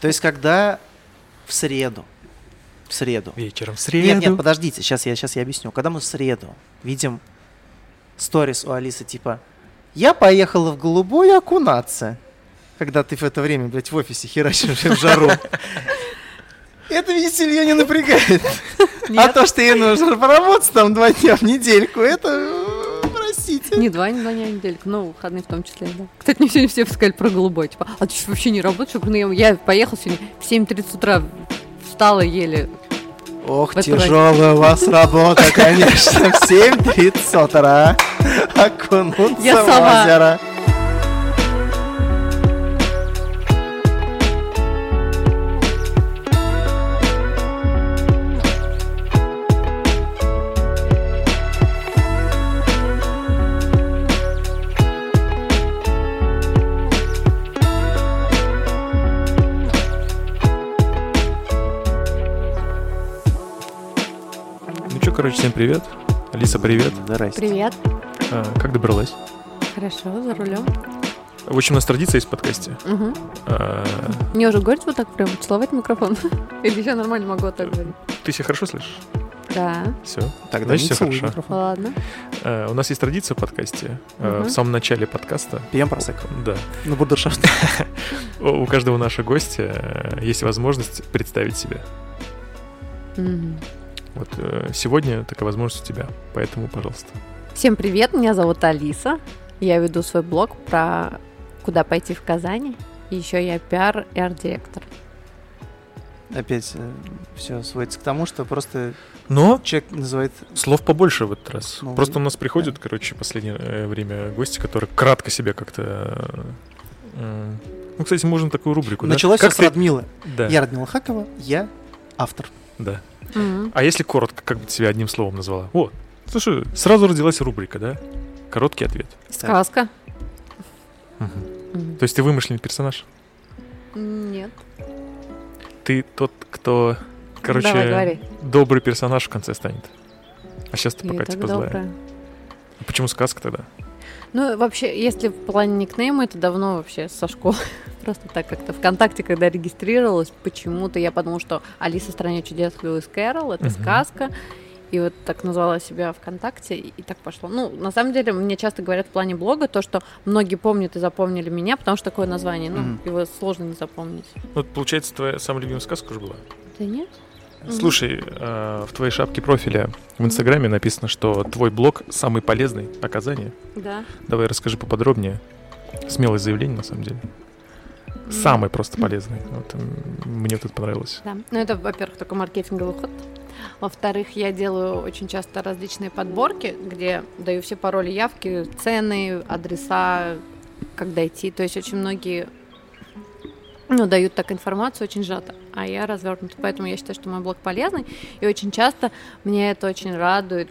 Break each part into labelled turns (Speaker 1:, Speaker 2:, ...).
Speaker 1: То есть, когда в среду, в среду.
Speaker 2: Вечером в среду.
Speaker 1: Нет, нет, подождите, сейчас я, сейчас я объясню. Когда мы в среду видим сторис у Алисы типа «Я поехала в голубую окунаться», когда ты в это время, блядь, в офисе херачишь в жару. Это, видите ли, ее не напрягает. А
Speaker 3: Нет,
Speaker 1: то, что ей нужно поработать там два дня в недельку, это... э, Простите.
Speaker 3: не два, не два дня, а недельку, но выходные в том числе, да. Кстати, мне сегодня все сказали про голубой, типа, а ты что, вообще не работаешь? Я говорю, «Ну, Я я поехал сегодня в 7.30 утра, встала еле.
Speaker 1: Ох,
Speaker 3: В этом
Speaker 1: тяжелая у вас работа, конечно. В 7.30 утра окунуться
Speaker 3: Я
Speaker 1: в
Speaker 3: сова.
Speaker 1: озеро.
Speaker 2: Ну что, короче, всем привет. Алиса, привет.
Speaker 1: Здрасте.
Speaker 3: Привет,
Speaker 2: А, как добралась?
Speaker 3: хорошо, за рулем.
Speaker 2: В общем, у нас традиция есть в подкасте.
Speaker 3: Угу.
Speaker 2: А,
Speaker 3: Мне уже говорить вот так прям, целовать микрофон? Или я нормально могу вот так говорить?
Speaker 2: ты себя хорошо слышишь?
Speaker 3: Да,
Speaker 2: Все.
Speaker 1: Тогда
Speaker 2: Значит,
Speaker 1: не
Speaker 2: всё
Speaker 1: целуй
Speaker 2: хорошо.
Speaker 1: микрофон.
Speaker 3: ладно.
Speaker 2: А, у нас есть традиция в подкасте. А,
Speaker 3: Мгм.
Speaker 2: в самом начале подкаста.
Speaker 1: Пьем просек.
Speaker 2: Да.
Speaker 1: На бурдершафт.
Speaker 2: У у каждого нашего гостя э, есть возможность представить себя.
Speaker 3: Мгм.
Speaker 2: Вот э, сегодня такая возможность у тебя. Поэтому, пожалуйста.
Speaker 3: Всем привет, меня зовут Алиса. Я веду свой блог про куда пойти в Казани. И еще я пиар и арт-директор.
Speaker 1: Опять все сводится к тому, что просто
Speaker 2: Но
Speaker 1: человек называет...
Speaker 2: слов побольше в этот раз.
Speaker 1: Ну,
Speaker 2: Просто у нас приходят, короче, последнее э, время гости, которые кратко себя как-то... э, э, Ну, кстати, можно такую рубрику. да?
Speaker 1: Началось всё
Speaker 2: как
Speaker 1: с
Speaker 2: ты-
Speaker 1: Радмилы.
Speaker 2: Да,
Speaker 1: Я Радмила Хакова, я автор.
Speaker 2: да.
Speaker 3: Мгм.
Speaker 2: А если коротко, как бы ты себя одним словом назвала? О, слушай, сразу родилась рубрика, да? Короткий ответ.
Speaker 3: Сказка.
Speaker 2: Мгм.
Speaker 3: Мгм.
Speaker 2: То есть ты вымышленный персонаж?
Speaker 3: Нет.
Speaker 2: Ты тот, кто, короче,
Speaker 3: Давай, говори.
Speaker 2: добрый персонаж в конце станет. А сейчас ты
Speaker 3: Я
Speaker 2: пока
Speaker 3: и так
Speaker 2: типа злая.
Speaker 3: добрая.
Speaker 2: А Почему сказка тогда?
Speaker 3: Ну, вообще, если в плане никнейма, это давно вообще со школы. Просто так как-то ВКонтакте, когда регистрировалась, почему-то я подумала, что «Алиса в стране чудес» Льюис Кэрролл — это
Speaker 2: Мгм.
Speaker 3: сказка. И вот так назвала себя ВКонтакте, и и так пошло. Ну, на самом деле, мне часто говорят в плане блога то, что многие помнят и запомнили меня, потому что такое название, ну,
Speaker 1: Мгм.
Speaker 3: его сложно не запомнить.
Speaker 2: Ну, получается, твоя самая любимая сказка уже была.
Speaker 3: Да нет? Мгм.
Speaker 2: Слушай, э, в твоей шапке профиля в Инстаграме написано, что твой блог самый полезный о Казани.
Speaker 3: Да.
Speaker 2: Давай расскажи поподробнее. Смелое заявление, на самом деле.
Speaker 3: М,
Speaker 2: Самый просто полезный. Вот, м, мне тут понравилось.
Speaker 3: Да. Ну, это, во-первых, такой маркетинговый ход. Во-вторых, я делаю очень часто различные подборки, где даю все пароли, явки, цены, адреса, как дойти. То есть очень многие ну, дают так информацию очень сжато, а я развернута. Поэтому я считаю, что мой блог полезный. И очень часто меня это очень радует.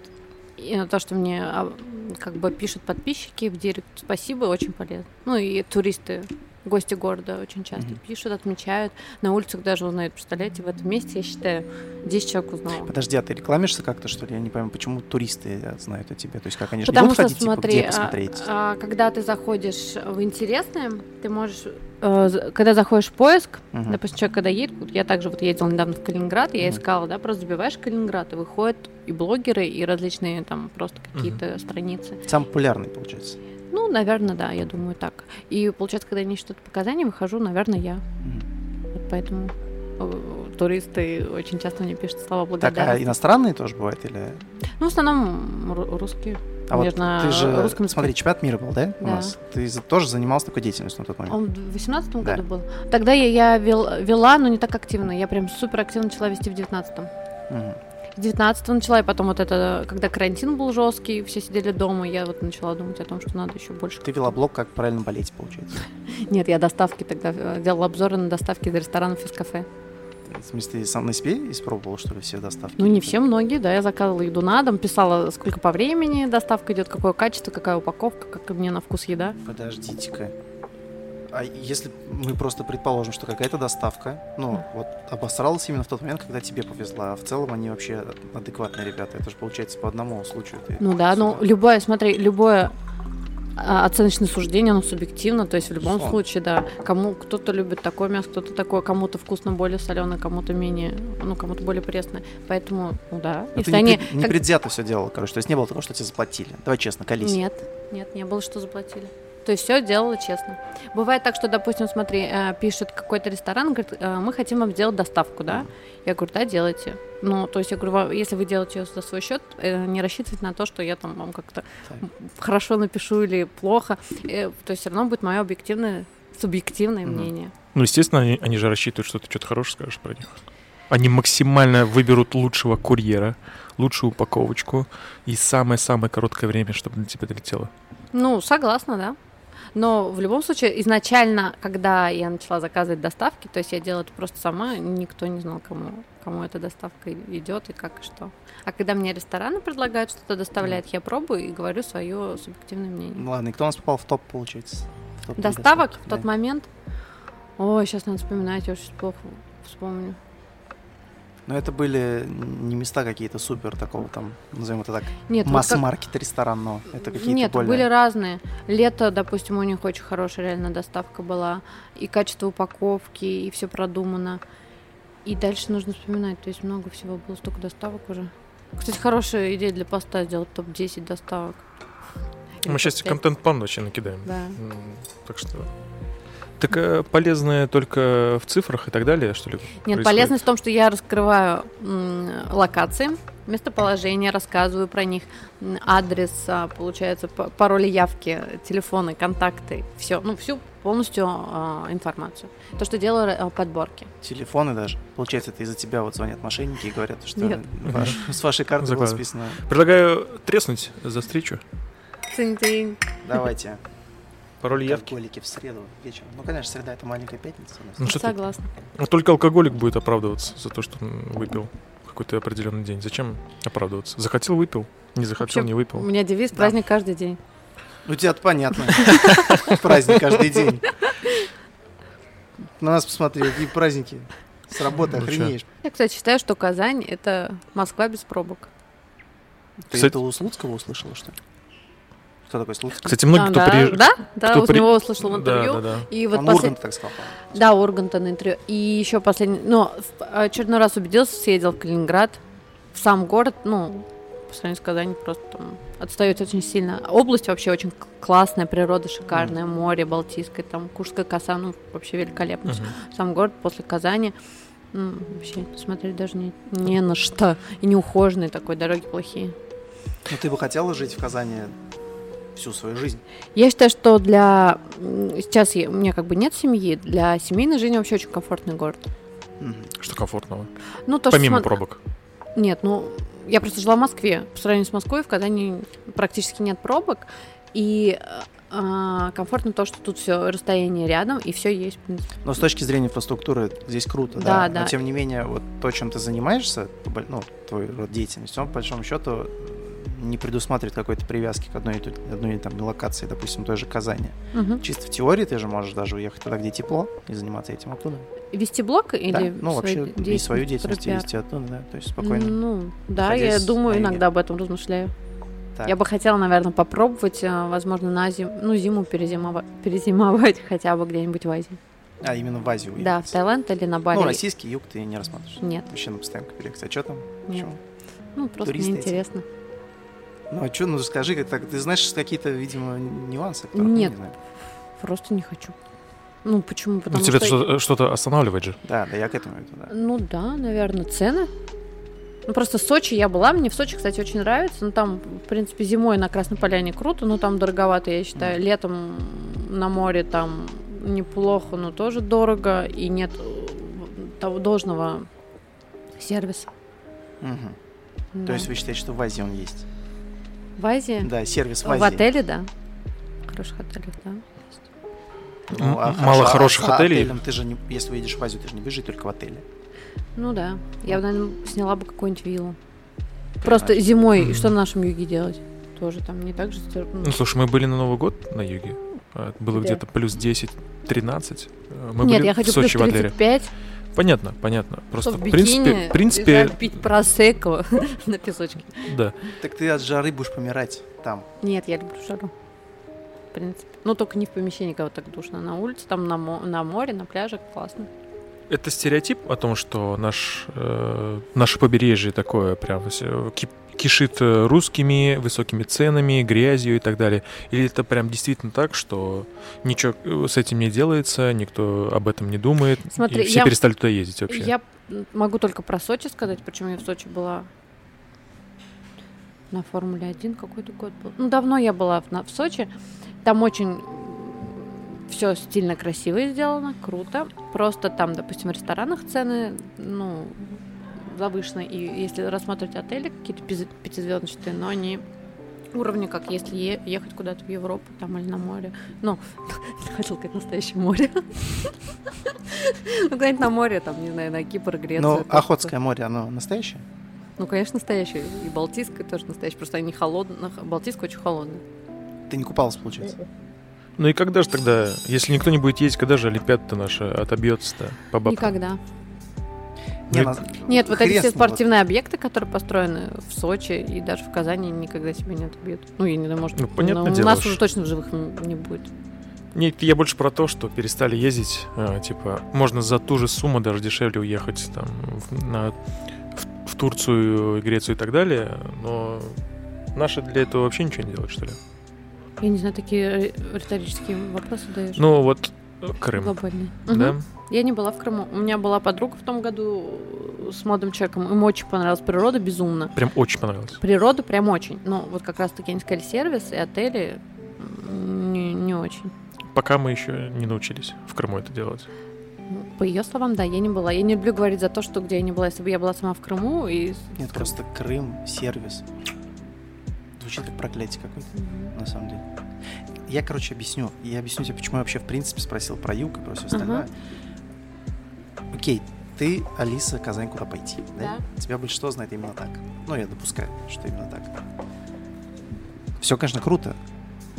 Speaker 3: И на то, что мне а, как бы пишут подписчики в директ, спасибо, очень полезно. Ну и туристы, гости города очень часто
Speaker 1: Мгм.
Speaker 3: пишут, отмечают. На улицах даже узнают, представляете, в этом месте, я считаю, 10 человек узнало.
Speaker 1: Подожди, а ты рекламишься как-то, что ли? Я не пойму, почему туристы э, знают о тебе? То есть, как они же не
Speaker 3: Потому
Speaker 1: будут
Speaker 3: что
Speaker 1: ходить, типа,
Speaker 3: смотри,
Speaker 1: где
Speaker 3: а,
Speaker 1: посмотреть?
Speaker 3: а, когда ты заходишь в интересное, ты можешь, э, за- когда заходишь в поиск,
Speaker 1: Мгм.
Speaker 3: допустим, человек когда едет, вот я также вот ездила недавно в Калининград, я
Speaker 1: Мгм.
Speaker 3: искала, да, просто забиваешь Калининград, и выходят и блогеры, и различные там просто какие-то страницы.
Speaker 1: Самый популярный, получается.
Speaker 3: Ну, наверное, да, я думаю так. И получается, когда они что-то показания, выхожу, наверное, я.
Speaker 1: Мгм.
Speaker 3: Вот поэтому э, туристы очень часто мне пишут слова
Speaker 1: Так, а
Speaker 3: благодарности.
Speaker 1: иностранные тоже бывают? Или...
Speaker 3: Ну, в основном ру- русские.
Speaker 1: А вот
Speaker 3: Наверное,
Speaker 1: ты же,
Speaker 3: русском языке.
Speaker 1: смотри, чемпионат мира был, да, у
Speaker 3: Да.
Speaker 1: нас? Ты за- тоже занимался такой деятельностью на тот момент?
Speaker 3: Он в 18
Speaker 1: Да.
Speaker 3: году был. Тогда я, я вел- вела, но не так активно. Я прям супер активно начала вести в 19-м.
Speaker 1: Мгм.
Speaker 3: В 19 начала, и потом вот это, когда карантин был жесткий, все сидели дома, я вот начала думать о том, что надо еще больше.
Speaker 1: Ты вела блог, как правильно болеть, получается.
Speaker 3: Нет, я доставки тогда э, делала обзоры на доставки из ресторанов из кафе.
Speaker 1: В смысле, ты сам на себе испробовал, что ли, все доставки? Типа,
Speaker 3: Ну, не все, многие, да. Я заказывала еду на дом, писала, сколько по времени доставка идет, какое качество, какая упаковка, как мне на вкус еда.
Speaker 1: Подождите-ка. А если мы просто предположим, что какая-то доставка, ну, вот обосралась именно в тот момент, когда тебе повезло, а в целом они вообще адекватные ребята. Это же получается по одному случаю. ты
Speaker 3: Ну да, ну
Speaker 1: сюда.
Speaker 3: любое, смотри, любое а, оценочное суждение, оно субъективно, то есть в любом
Speaker 1: Сон.
Speaker 3: случае, да, кому кто-то любит такое мясо, кто-то такое, кому-то вкусно более соленое, кому-то менее, ну, кому-то более пресное. Поэтому, ну да,
Speaker 1: Ну, ты
Speaker 3: если
Speaker 1: не,
Speaker 3: они...
Speaker 1: пред- не
Speaker 3: как-
Speaker 1: предвзято все делал, короче. То есть не было такого, что тебе заплатили. Давай честно, колись.
Speaker 3: Нет, нет, не было, что заплатили. То есть все делала честно. Бывает так, что, допустим, смотри, э, пишет какой-то ресторан, говорит, «Э, мы хотим вам сделать доставку, да? Я говорю, да, делайте. Ну, то есть я говорю, «Вам- если вы делаете ее за свой счет, э, не рассчитывайте на то, что я там вам как-то
Speaker 1: Так.
Speaker 3: хорошо напишу или плохо. Э, То есть все равно будет мое объективное, субъективное
Speaker 1: Мгм.
Speaker 3: мнение.
Speaker 2: Ну, естественно, они, они же рассчитывают, что ты что-то хорошее скажешь про них. Они максимально выберут лучшего курьера, лучшую упаковочку и самое-самое короткое время, чтобы до тебя долетело.
Speaker 3: Ну, согласна, да. Но в любом случае, изначально, когда я начала заказывать доставки, то есть я делала это просто сама, никто не знал, кому, кому эта доставка идет и как и что. А когда мне рестораны предлагают что-то доставлять, я пробую и говорю свое субъективное мнение.
Speaker 1: Ну ладно, и кто у нас попал в топ, получается? В топ
Speaker 3: Доставок в
Speaker 1: да.
Speaker 3: тот момент... Ой, сейчас надо вспоминать, я очень плохо вспомню.
Speaker 1: Но это были не места какие-то супер такого там, назовем это так,
Speaker 3: Нет, вот как-
Speaker 1: масс-маркет ресторанного. Это какие-то
Speaker 3: Нет,
Speaker 1: более...
Speaker 3: были разные. Лето, допустим, у них очень хорошая реально доставка была. И качество упаковки, и все продумано. И дальше нужно вспоминать. То есть много всего было, столько доставок уже. Кстати, хорошая идея для поста сделать топ-10 доставок. Или
Speaker 2: Ну, Мы сейчас
Speaker 3: топ-пять.
Speaker 2: контент-план вообще накидаем.
Speaker 3: Да.
Speaker 2: М, Так что... Так э, полезное только в цифрах и так далее, что ли?
Speaker 3: Нет,
Speaker 2: происходит?
Speaker 3: полезность в том, что я раскрываю м, локации, местоположение, рассказываю про них, м, адрес, а, получается, п- пароли явки, телефоны, контакты, все, ну, всю полностью а, информацию. То, что делаю ра- а, подборки.
Speaker 1: Телефоны даже. Получается, это из-за тебя вот звонят мошенники и говорят, что
Speaker 3: Нет.
Speaker 1: ваш- с вашей карты было
Speaker 2: Закладываю.
Speaker 1: списано.
Speaker 2: Предлагаю треснуть за встречу.
Speaker 3: Цинь-цинь.
Speaker 1: Давайте.
Speaker 2: Пароль явки.
Speaker 1: Алкоголики в среду вечером. Ну, конечно, среда это маленькая пятница у нас.
Speaker 2: Ну что ты?
Speaker 3: Согласна.
Speaker 2: А Только алкоголик будет оправдываться за то, что он выпил в какой-то определенный день. Зачем оправдываться? Захотел, выпил. Не захотел,
Speaker 3: Вообще,
Speaker 2: не
Speaker 3: У
Speaker 2: выпил.
Speaker 3: меня девиз
Speaker 1: Да.
Speaker 3: «Праздник каждый день».
Speaker 1: Ну, тебя понятно. Праздник каждый день. На нас посмотри, какие праздники. С работы
Speaker 2: Ну, чё?
Speaker 1: охренеешь.
Speaker 3: Я, кстати, считаю, что Казань — это Москва без пробок.
Speaker 1: Ты
Speaker 2: Кстати-
Speaker 1: это у Слуцкого услышала, что ли? Кто такой Слуцкий?
Speaker 2: Кстати, многие,
Speaker 3: А,
Speaker 2: кто
Speaker 3: да,
Speaker 2: приезж-
Speaker 3: да, да,
Speaker 2: кто
Speaker 3: у
Speaker 2: при-
Speaker 3: него услышал интервью.
Speaker 2: Да, да, да.
Speaker 3: И вот
Speaker 1: Он
Speaker 3: послед-
Speaker 1: Ургант так сказал. по-моему.
Speaker 3: Да, Урганта на интервью. И еще последний... Ну, в очередной раз убедился, съездил в Калининград, в сам город, ну, по сравнению с Казани просто там отстает очень сильно. Область вообще очень к- классная, природа шикарная, море Балтийское, там Курская коса, ну, вообще великолепно.
Speaker 2: Мгм.
Speaker 3: Сам город после Казани, м, вообще смотреть даже не, не на что. И неухоженные такой, дороги плохие.
Speaker 1: Ну, ты бы хотела жить в Казани всю свою жизнь?
Speaker 3: Я считаю, что для... м, Сейчас я- у меня как бы нет семьи, для семейной жизни вообще очень комфортный город.
Speaker 1: Мгм.
Speaker 2: Что комфортного?
Speaker 3: Ну, то, что
Speaker 2: Помимо
Speaker 3: смо-
Speaker 2: пробок.
Speaker 3: Нет, ну, я просто жила в Москве. По сравнению с Москвой, в Казани практически нет пробок. И э, комфортно то, что тут все расстояние рядом, и все есть. в принципе.
Speaker 1: Но с точки зрения инфраструктуры здесь круто, да.
Speaker 3: Да,
Speaker 1: Но
Speaker 3: да.
Speaker 1: тем не менее, вот то, чем ты занимаешься, по боль- ну, твой род деятельности, он, по большому счету, не предусматривает какой-то привязки к одной, и ту- одной там локации, допустим, той же Казани.
Speaker 3: Мгм.
Speaker 1: Чисто в теории ты же можешь даже уехать туда, где тепло, и заниматься этим оттуда.
Speaker 3: Вести блог или
Speaker 1: Да, Ну,
Speaker 3: свою
Speaker 1: вообще, и
Speaker 3: деятельность
Speaker 1: свою деятельность
Speaker 3: пропиар?
Speaker 1: вести оттуда, да. То есть спокойно.
Speaker 3: Ну, да,
Speaker 1: находясь
Speaker 3: я
Speaker 1: на
Speaker 3: думаю,
Speaker 1: юге.
Speaker 3: иногда об этом размышляю.
Speaker 1: Так.
Speaker 3: Я бы хотела, наверное, попробовать, э, возможно, на зиму, ну, зиму перезимова- перезимовать хотя бы где-нибудь в Азии.
Speaker 1: А, именно в Азию уехать.
Speaker 3: Да, в Таиланд или на Бали.
Speaker 1: Ну, российский юг ты не рассматриваешь.
Speaker 3: Нет,
Speaker 1: Вообще на постоянку переехать. А что там?
Speaker 3: нет.
Speaker 1: Почему?
Speaker 3: Ну, просто
Speaker 1: Туристы
Speaker 3: мне
Speaker 1: эти.
Speaker 3: интересно.
Speaker 1: Ну, а что, ну, скажи, как так, ты знаешь какие-то, видимо, нюансы? которых мы
Speaker 3: Нет.
Speaker 1: не знаем. потому
Speaker 3: Просто не хочу. Ну, почему?
Speaker 2: Ну,
Speaker 3: Потому
Speaker 2: тебя
Speaker 3: что...
Speaker 2: что- что-то останавливает же.
Speaker 1: Да, да, я к этому иду, да.
Speaker 3: Ну да, наверное, цены. Ну просто Сочи я была, мне в Сочи, кстати, очень нравится. Ну там, в принципе, зимой на Красной Поляне круто, но там дороговато, я считаю.
Speaker 1: Мгм.
Speaker 3: Летом на море там неплохо, но тоже дорого. И нет э, того должного сервиса.
Speaker 1: Мгм. То
Speaker 3: Да.
Speaker 1: есть вы считаете, что в Азии он есть?
Speaker 3: В Азии?
Speaker 1: Да, сервис в Азии.
Speaker 3: в отеле, да. В хороших отелях, да.
Speaker 1: Ну, а
Speaker 2: М-
Speaker 1: хорошо,
Speaker 2: мало
Speaker 1: а
Speaker 2: хороших
Speaker 1: за
Speaker 2: отелей.
Speaker 1: отелем ты же не- если уедешь в Азию, ты же не будешь жить только в отеле.
Speaker 3: Ну да. Я, наверное, сняла бы какую-нибудь виллу. Просто зимой,
Speaker 2: Мгм.
Speaker 3: что на нашем юге делать? Тоже там не так же... ну,
Speaker 2: Ну, слушай, мы были на Новый год на юге. А, Было
Speaker 3: Где?
Speaker 2: где-то плюс 10-13. Э, Мы
Speaker 3: Нет,
Speaker 2: были
Speaker 3: я
Speaker 2: в
Speaker 3: хочу плюс
Speaker 2: Сочи в отеле.
Speaker 3: 35,
Speaker 2: Понятно, понятно. Просто,
Speaker 3: что в
Speaker 2: в принципе,
Speaker 3: бикини,
Speaker 2: в принципе,
Speaker 3: лежать, пить просекко на песочке.
Speaker 2: да.
Speaker 1: Так ты от жары будешь помирать там.
Speaker 3: Нет, я люблю жару. в принципе. Ну, только не в помещении, когда так душно. На улице, там на, мо- на море, на пляже классно.
Speaker 2: Это стереотип о том, что наш, э, наше побережье такое прям все ки- кишит э, русскими, высокими ценами, грязью и так далее? Или это прям действительно так, что ничего э, с этим не делается, никто об этом не думает,
Speaker 3: Смотри,
Speaker 2: и все
Speaker 3: я-
Speaker 2: перестали туда ездить вообще?
Speaker 3: Я могу только про Сочи сказать, причем я в Сочи была на Формуле 1 какой-то год был. Ну, давно я была в, на- в Сочи. Там очень все стильно красиво сделано, круто. Просто там, допустим, в ресторанах цены, ну, завышены. И если рассматривать отели какие-то пиз- пятизвездочные, но они уровня, как если е- ехать куда-то в Европу там или на море. Ну, хотел сказать настоящее море. Ну, куда-нибудь на море, там, не знаю, на Кипр, Грецию.
Speaker 1: Ну,
Speaker 3: как-то.
Speaker 1: Охотское море, оно настоящее?
Speaker 3: Ну, конечно, настоящее. И Балтийское тоже настоящее. Просто они холодные. Балтийское очень холодное.
Speaker 1: Ты не купалась, получается?
Speaker 2: Ну и когда же тогда, если никто не будет ездить, когда же Олимпиада-то наша отобьется-то по бабкам?
Speaker 3: Никогда.
Speaker 1: Не,
Speaker 2: Ну,
Speaker 1: на-
Speaker 3: Нет, вот эти
Speaker 1: Хрест
Speaker 3: все
Speaker 1: на вас.
Speaker 3: спортивные объекты, которые построены в Сочи и даже в Казани, никогда себя не отобьют. Ну, я не знаю, может,
Speaker 2: Ну, понятное
Speaker 3: но у
Speaker 2: дело,
Speaker 3: нас
Speaker 2: что-
Speaker 3: уже точно в живых м- не будет.
Speaker 2: Нет, я больше про то, что перестали ездить, э, типа, можно за ту же сумму даже дешевле уехать там в, на- в- в Турцию, Грецию и так далее, но наши для этого вообще ничего не делают, что ли?
Speaker 3: Я не знаю, такие э, риторические вопросы даешь.
Speaker 2: Ну вот э, Крым,
Speaker 3: Глобальные.
Speaker 2: да?
Speaker 3: Ну, Мгм. Я не была в Крыму. У меня была подруга в том году э, с молодым человеком. Им очень понравилась природа, безумно.
Speaker 2: Прям очень понравилось.
Speaker 3: Природа прям очень. Но вот как раз таки они сказали, сервис и отели м, не, не очень.
Speaker 2: Пока мы еще не научились в Крыму это делать.
Speaker 3: Ну, По ее словам, да, я не была. Я не люблю говорить за то, что где я не была. Если бы я была сама в Крыму и...
Speaker 1: Нет, просто Крым, сервис. Звучит как проклятие какое-то. на самом деле. Я, короче, объясню. Я объясню тебе, почему я вообще в принципе спросил про юг и про все остальное. Окей, ты, Алиса, Казань, куда пойти? Да? Тебя большинство знает именно так. Ну, я допускаю, что именно так. Все, конечно, круто,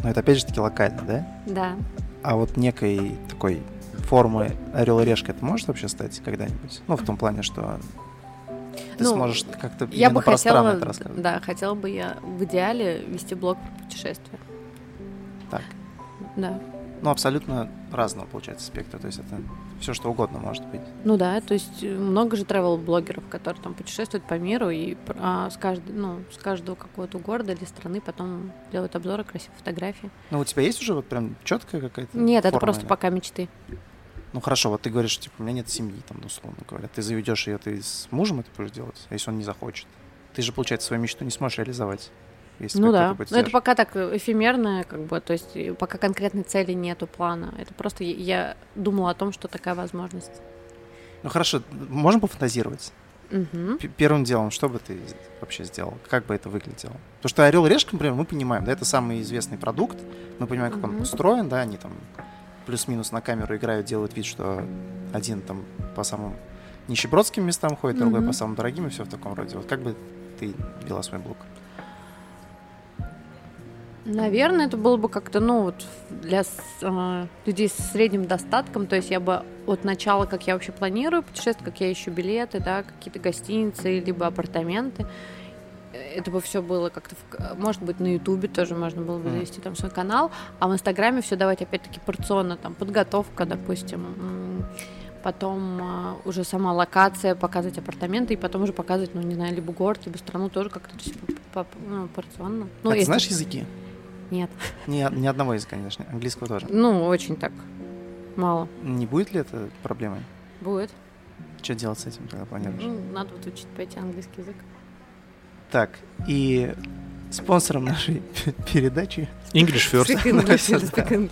Speaker 1: но это опять же таки локально, да?
Speaker 3: Да.
Speaker 1: А вот некой такой формы орел и решка это может вообще стать когда-нибудь? Ну, в том плане, что ты
Speaker 3: Ну,
Speaker 1: сможешь как-то
Speaker 3: Я
Speaker 1: именно
Speaker 3: бы
Speaker 1: про страны
Speaker 3: хотела...
Speaker 1: это рассказывать.
Speaker 3: Да, хотела бы я в идеале вести блог про путешествия.
Speaker 1: Так.
Speaker 3: Да.
Speaker 1: Ну, абсолютно разного получается спектра. То есть это все, что угодно может быть.
Speaker 3: Ну да, то есть э, много же travel-блогеров, которые там путешествуют по миру и пр- а, с, кажд- ну, с каждого какого-то города или страны потом делают обзоры, красивые фотографии.
Speaker 1: Ну, у тебя есть уже вот прям четкая какая-то
Speaker 3: Нет, это
Speaker 1: форма
Speaker 3: просто
Speaker 1: или-
Speaker 3: пока мечты.
Speaker 1: Ну, хорошо, вот ты говоришь, типа, у меня нет семьи, там, ну, условно говоря. Ты заведешь ее, ты с мужем это будешь делать, а если он не захочет? Ты же, получается, свою мечту не сможешь реализовать. Если
Speaker 3: ну
Speaker 1: тебя
Speaker 3: да,
Speaker 1: кто-то будет
Speaker 3: но это
Speaker 1: сдерживать.
Speaker 3: пока так э, эфемерно, как бы, то есть э, пока конкретной цели нету плана. Это просто я- я думала о том, что такая возможность.
Speaker 1: Ну, хорошо, можем пофантазировать?
Speaker 3: Мгм.
Speaker 1: П- Первым делом, что бы ты вообще сделал? Как бы это выглядело? Потому что «Орел и решка», например, мы понимаем, да, это самый известный продукт, мы понимаем, как он
Speaker 3: Мгм.
Speaker 1: устроен, да, они там плюс-минус на камеру играют, делают вид, что один там по самым нищебродским местам ходит, другой
Speaker 3: Мгм.
Speaker 1: по самым дорогим и все в таком роде. Вот как бы ты вела свой блог?
Speaker 3: Наверное, это было бы как-то, ну, вот для с- э, людей с средним достатком, то есть я бы от начала, как я вообще планирую путешествие, как я ищу билеты, да, какие-то гостиницы, либо апартаменты, э, это бы все было как-то, в к- может быть, на Ютубе тоже можно было бы
Speaker 1: Мгм.
Speaker 3: завести там свой канал, а в Инстаграме все давать опять-таки порционно, там, подготовка, допустим, м, потом а, уже сама локация, показывать апартаменты, и потом уже показывать, ну, не знаю, либо город, либо страну тоже как-то всё по- по- ну, порционно. Ну,
Speaker 1: а ты
Speaker 3: если-
Speaker 1: знаешь языки?
Speaker 3: Нет.
Speaker 1: Ни, ни одного языка, конечно, английского тоже.
Speaker 3: Ну, очень так. Мало.
Speaker 1: Не будет ли это проблемой?
Speaker 3: Будет.
Speaker 1: Что делать с этим, когда планируешь?
Speaker 3: Ну, надо вот учить пойти английский язык.
Speaker 1: Так, и спонсором нашей п- передачи
Speaker 2: English first.
Speaker 3: Speak English,
Speaker 1: Да,
Speaker 3: или speak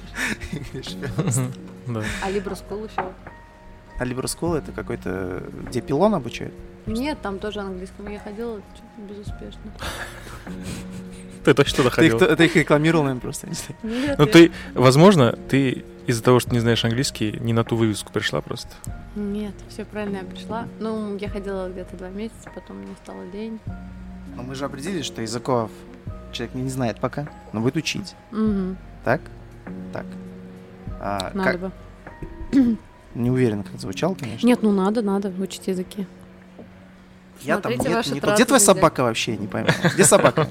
Speaker 3: English.
Speaker 2: Да.
Speaker 3: А Libra School еще?
Speaker 1: Alibra School это какой-то, где пилон обучают.
Speaker 3: Нет, там тоже английскому я ходила, что-то безуспешно.
Speaker 2: Ты точно туда
Speaker 1: Ты их,
Speaker 2: ходил.
Speaker 1: т- ты их рекламировал, наверное, просто. я не знаю.
Speaker 3: Нет,
Speaker 2: Ну
Speaker 3: я-
Speaker 2: ты, возможно, ты из-за того, что не знаешь английский, не на ту вывеску пришла просто.
Speaker 3: Нет, все правильно, я пришла. Ну, я ходила где-то два месяца, потом мне стало лень.
Speaker 1: Но мы же определили, что языков человек не знает пока, но будет учить.
Speaker 3: Мгм,
Speaker 1: Так? Так. А,
Speaker 3: надо
Speaker 1: как-
Speaker 3: бы.
Speaker 1: Не уверен, как звучал, конечно.
Speaker 3: Нет, ну надо, надо учить языки.
Speaker 1: Я там
Speaker 3: Смотрите
Speaker 1: где-то
Speaker 3: ваши
Speaker 1: не то.
Speaker 3: траты
Speaker 1: Где твоя
Speaker 3: везде.
Speaker 1: собака вообще? Я Не пойму. Где собака?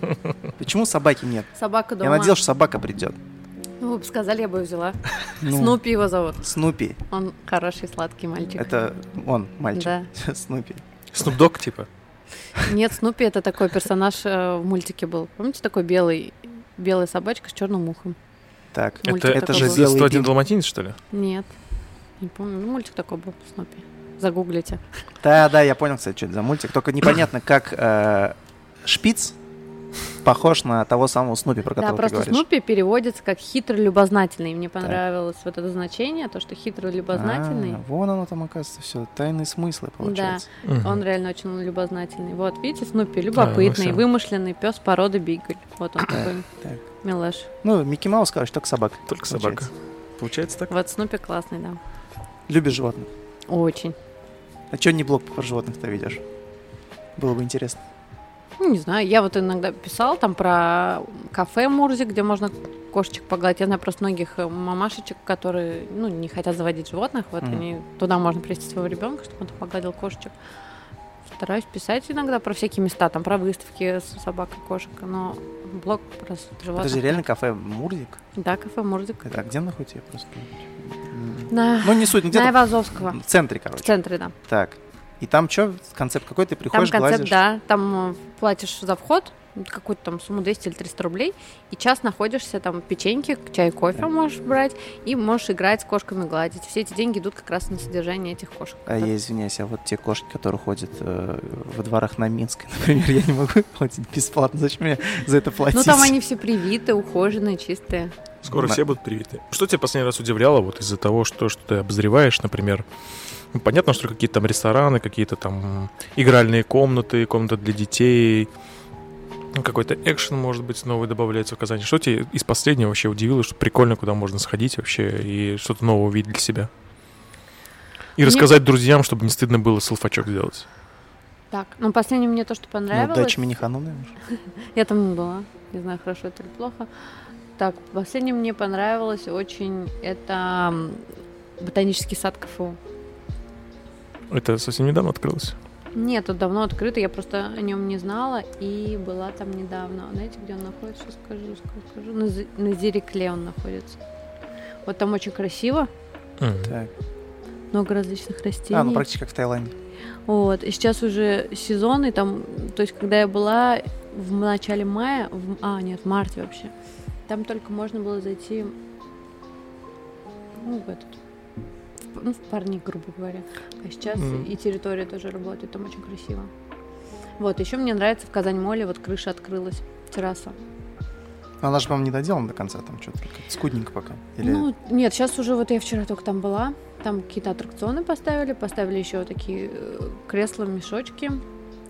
Speaker 1: Почему собаки нет?
Speaker 3: Собака дома.
Speaker 1: Я надеялся, что собака придет.
Speaker 3: Ну, вы бы сказали, я бы взяла.
Speaker 4: Ну,
Speaker 3: Снупи его зовут.
Speaker 1: Снупи.
Speaker 3: Он хороший, сладкий мальчик.
Speaker 1: Это он, мальчик.
Speaker 3: Да.
Speaker 1: Снупи.
Speaker 2: Снупдог, типа.
Speaker 3: Нет, Снупи это такой персонаж э, в мультике был. Помните, такой белый, белая собачка с черным ухом?
Speaker 1: Так.
Speaker 3: Мультик
Speaker 2: Это,
Speaker 3: такой
Speaker 2: это же
Speaker 3: был.
Speaker 1: белый
Speaker 2: 101
Speaker 1: бим.
Speaker 2: далматинец, что ли?
Speaker 3: Нет. Не помню. Ну, мультик такой был, Снупи. Загуглите.
Speaker 1: Да, да, я понял, кстати, что это за мультик. Только непонятно, как э, шпиц похож на того самого Снупи, про
Speaker 3: Да,
Speaker 1: которого ты
Speaker 3: просто
Speaker 1: говоришь.
Speaker 3: Снупи переводится как хитрый любознательный. Мне понравилось вот это значение, то, что хитрый любознательный.
Speaker 1: А, вон оно там, оказывается, все. Тайные смыслы, получается.
Speaker 3: Он реально очень любознательный. Вот, видите, Снупи любопытный,
Speaker 2: всё.
Speaker 3: вымышленный пес породы Бигль. Вот он такой.
Speaker 1: так.
Speaker 3: Милаш.
Speaker 1: Ну, Микки Маус, короче, только собак.
Speaker 2: Только собака. Получается так?
Speaker 3: Вот Снупи классный, да.
Speaker 1: Любишь животных.
Speaker 3: Очень.
Speaker 1: А чё не блог про животных-то ведешь? Было бы интересно.
Speaker 3: Ну, не знаю, я вот иногда писала там про кафе Мурзи, где можно кошечек погладить. Я знаю просто многих э, мамашечек, которые, ну, не хотят заводить животных. Вот
Speaker 1: Мгм.
Speaker 3: они туда можно привести своего ребенка, чтобы он там погладил кошечек. Стараюсь писать иногда про всякие места, там про выставки с собак и кошек, но блог про с- животных.
Speaker 1: Это же реально кафе Мурзик.
Speaker 3: Да, кафе Мурзик.
Speaker 1: А где оно хоть? Я просто... М.
Speaker 3: На,
Speaker 1: Ну, не суть, ну,
Speaker 3: на
Speaker 1: где-то
Speaker 3: Айвазовского,
Speaker 1: в центре,
Speaker 3: в
Speaker 1: короче.
Speaker 3: центре, да.
Speaker 1: Так. И там что, концепт какой? Ты
Speaker 3: Там
Speaker 1: приходишь,
Speaker 3: концепт,
Speaker 1: глазишь?
Speaker 3: да, там э, платишь за вход какую-то там сумму 200 или 300 рублей, и час находишься там печеньки, чай, кофе можешь брать, и можешь играть с кошками, гладить. Все эти деньги идут как раз на содержание этих кошек.
Speaker 1: А я извиняюсь, а вот те кошки, которые ходят э, во дворах на Минске, например, я не могу платить бесплатно. Зачем мне за это платить?
Speaker 3: Ну там они все привиты, ухоженные, чистые.
Speaker 2: Скоро
Speaker 1: На-
Speaker 2: все будут привиты. Что тебя последний раз удивляло вот из-за того, что, что ты обозреваешь, например? Ну, понятно, что какие-то там рестораны, какие-то там игральные комнаты, комната для детей. Ну, Какой-то экшен, может быть, новый добавляется в Казани. Что тебя из последнего вообще удивило, что прикольно, куда можно сходить вообще и что-то новое увидеть для себя? И
Speaker 3: Мне-
Speaker 2: рассказать друзьям, чтобы не стыдно было селфачок сделать.
Speaker 3: Так, ну последнее мне то, что
Speaker 1: Ну,
Speaker 3: понравилось.
Speaker 1: дача Минихану, наверное.
Speaker 3: Я там не была. Не знаю, хорошо это или плохо. Так, последнее мне понравилось очень это м, ботанический сад КФУ.
Speaker 2: Это совсем недавно открылось.
Speaker 3: Нет, тут давно открыто, я просто о нем не знала и была там недавно. Знаете, где он находится? Сейчас скажу, скажу, скажу. На, Зи- на Зирикле он находится. Вот там очень красиво,
Speaker 1: Так.
Speaker 3: много различных растений.
Speaker 1: А, ну практически как в Таиланде.
Speaker 3: Вот, и сейчас уже сезон, и там, то есть, когда я была в начале мая, в- а, нет, в марте вообще, там только можно было зайти, ну, в этот, в- ну, в парник, грубо говоря. А сейчас
Speaker 2: Мгм.
Speaker 3: и территория тоже работает, там очень красиво. Вот, еще мне нравится в Казань-Моле, вот крыша открылась, терраса.
Speaker 1: Но она же, по-моему, не доделана до конца, там что-то скудненько пока. Или...
Speaker 3: Ну, нет, сейчас уже, вот я вчера только там была, там какие-то аттракционы поставили, поставили еще такие э, кресла, мешочки,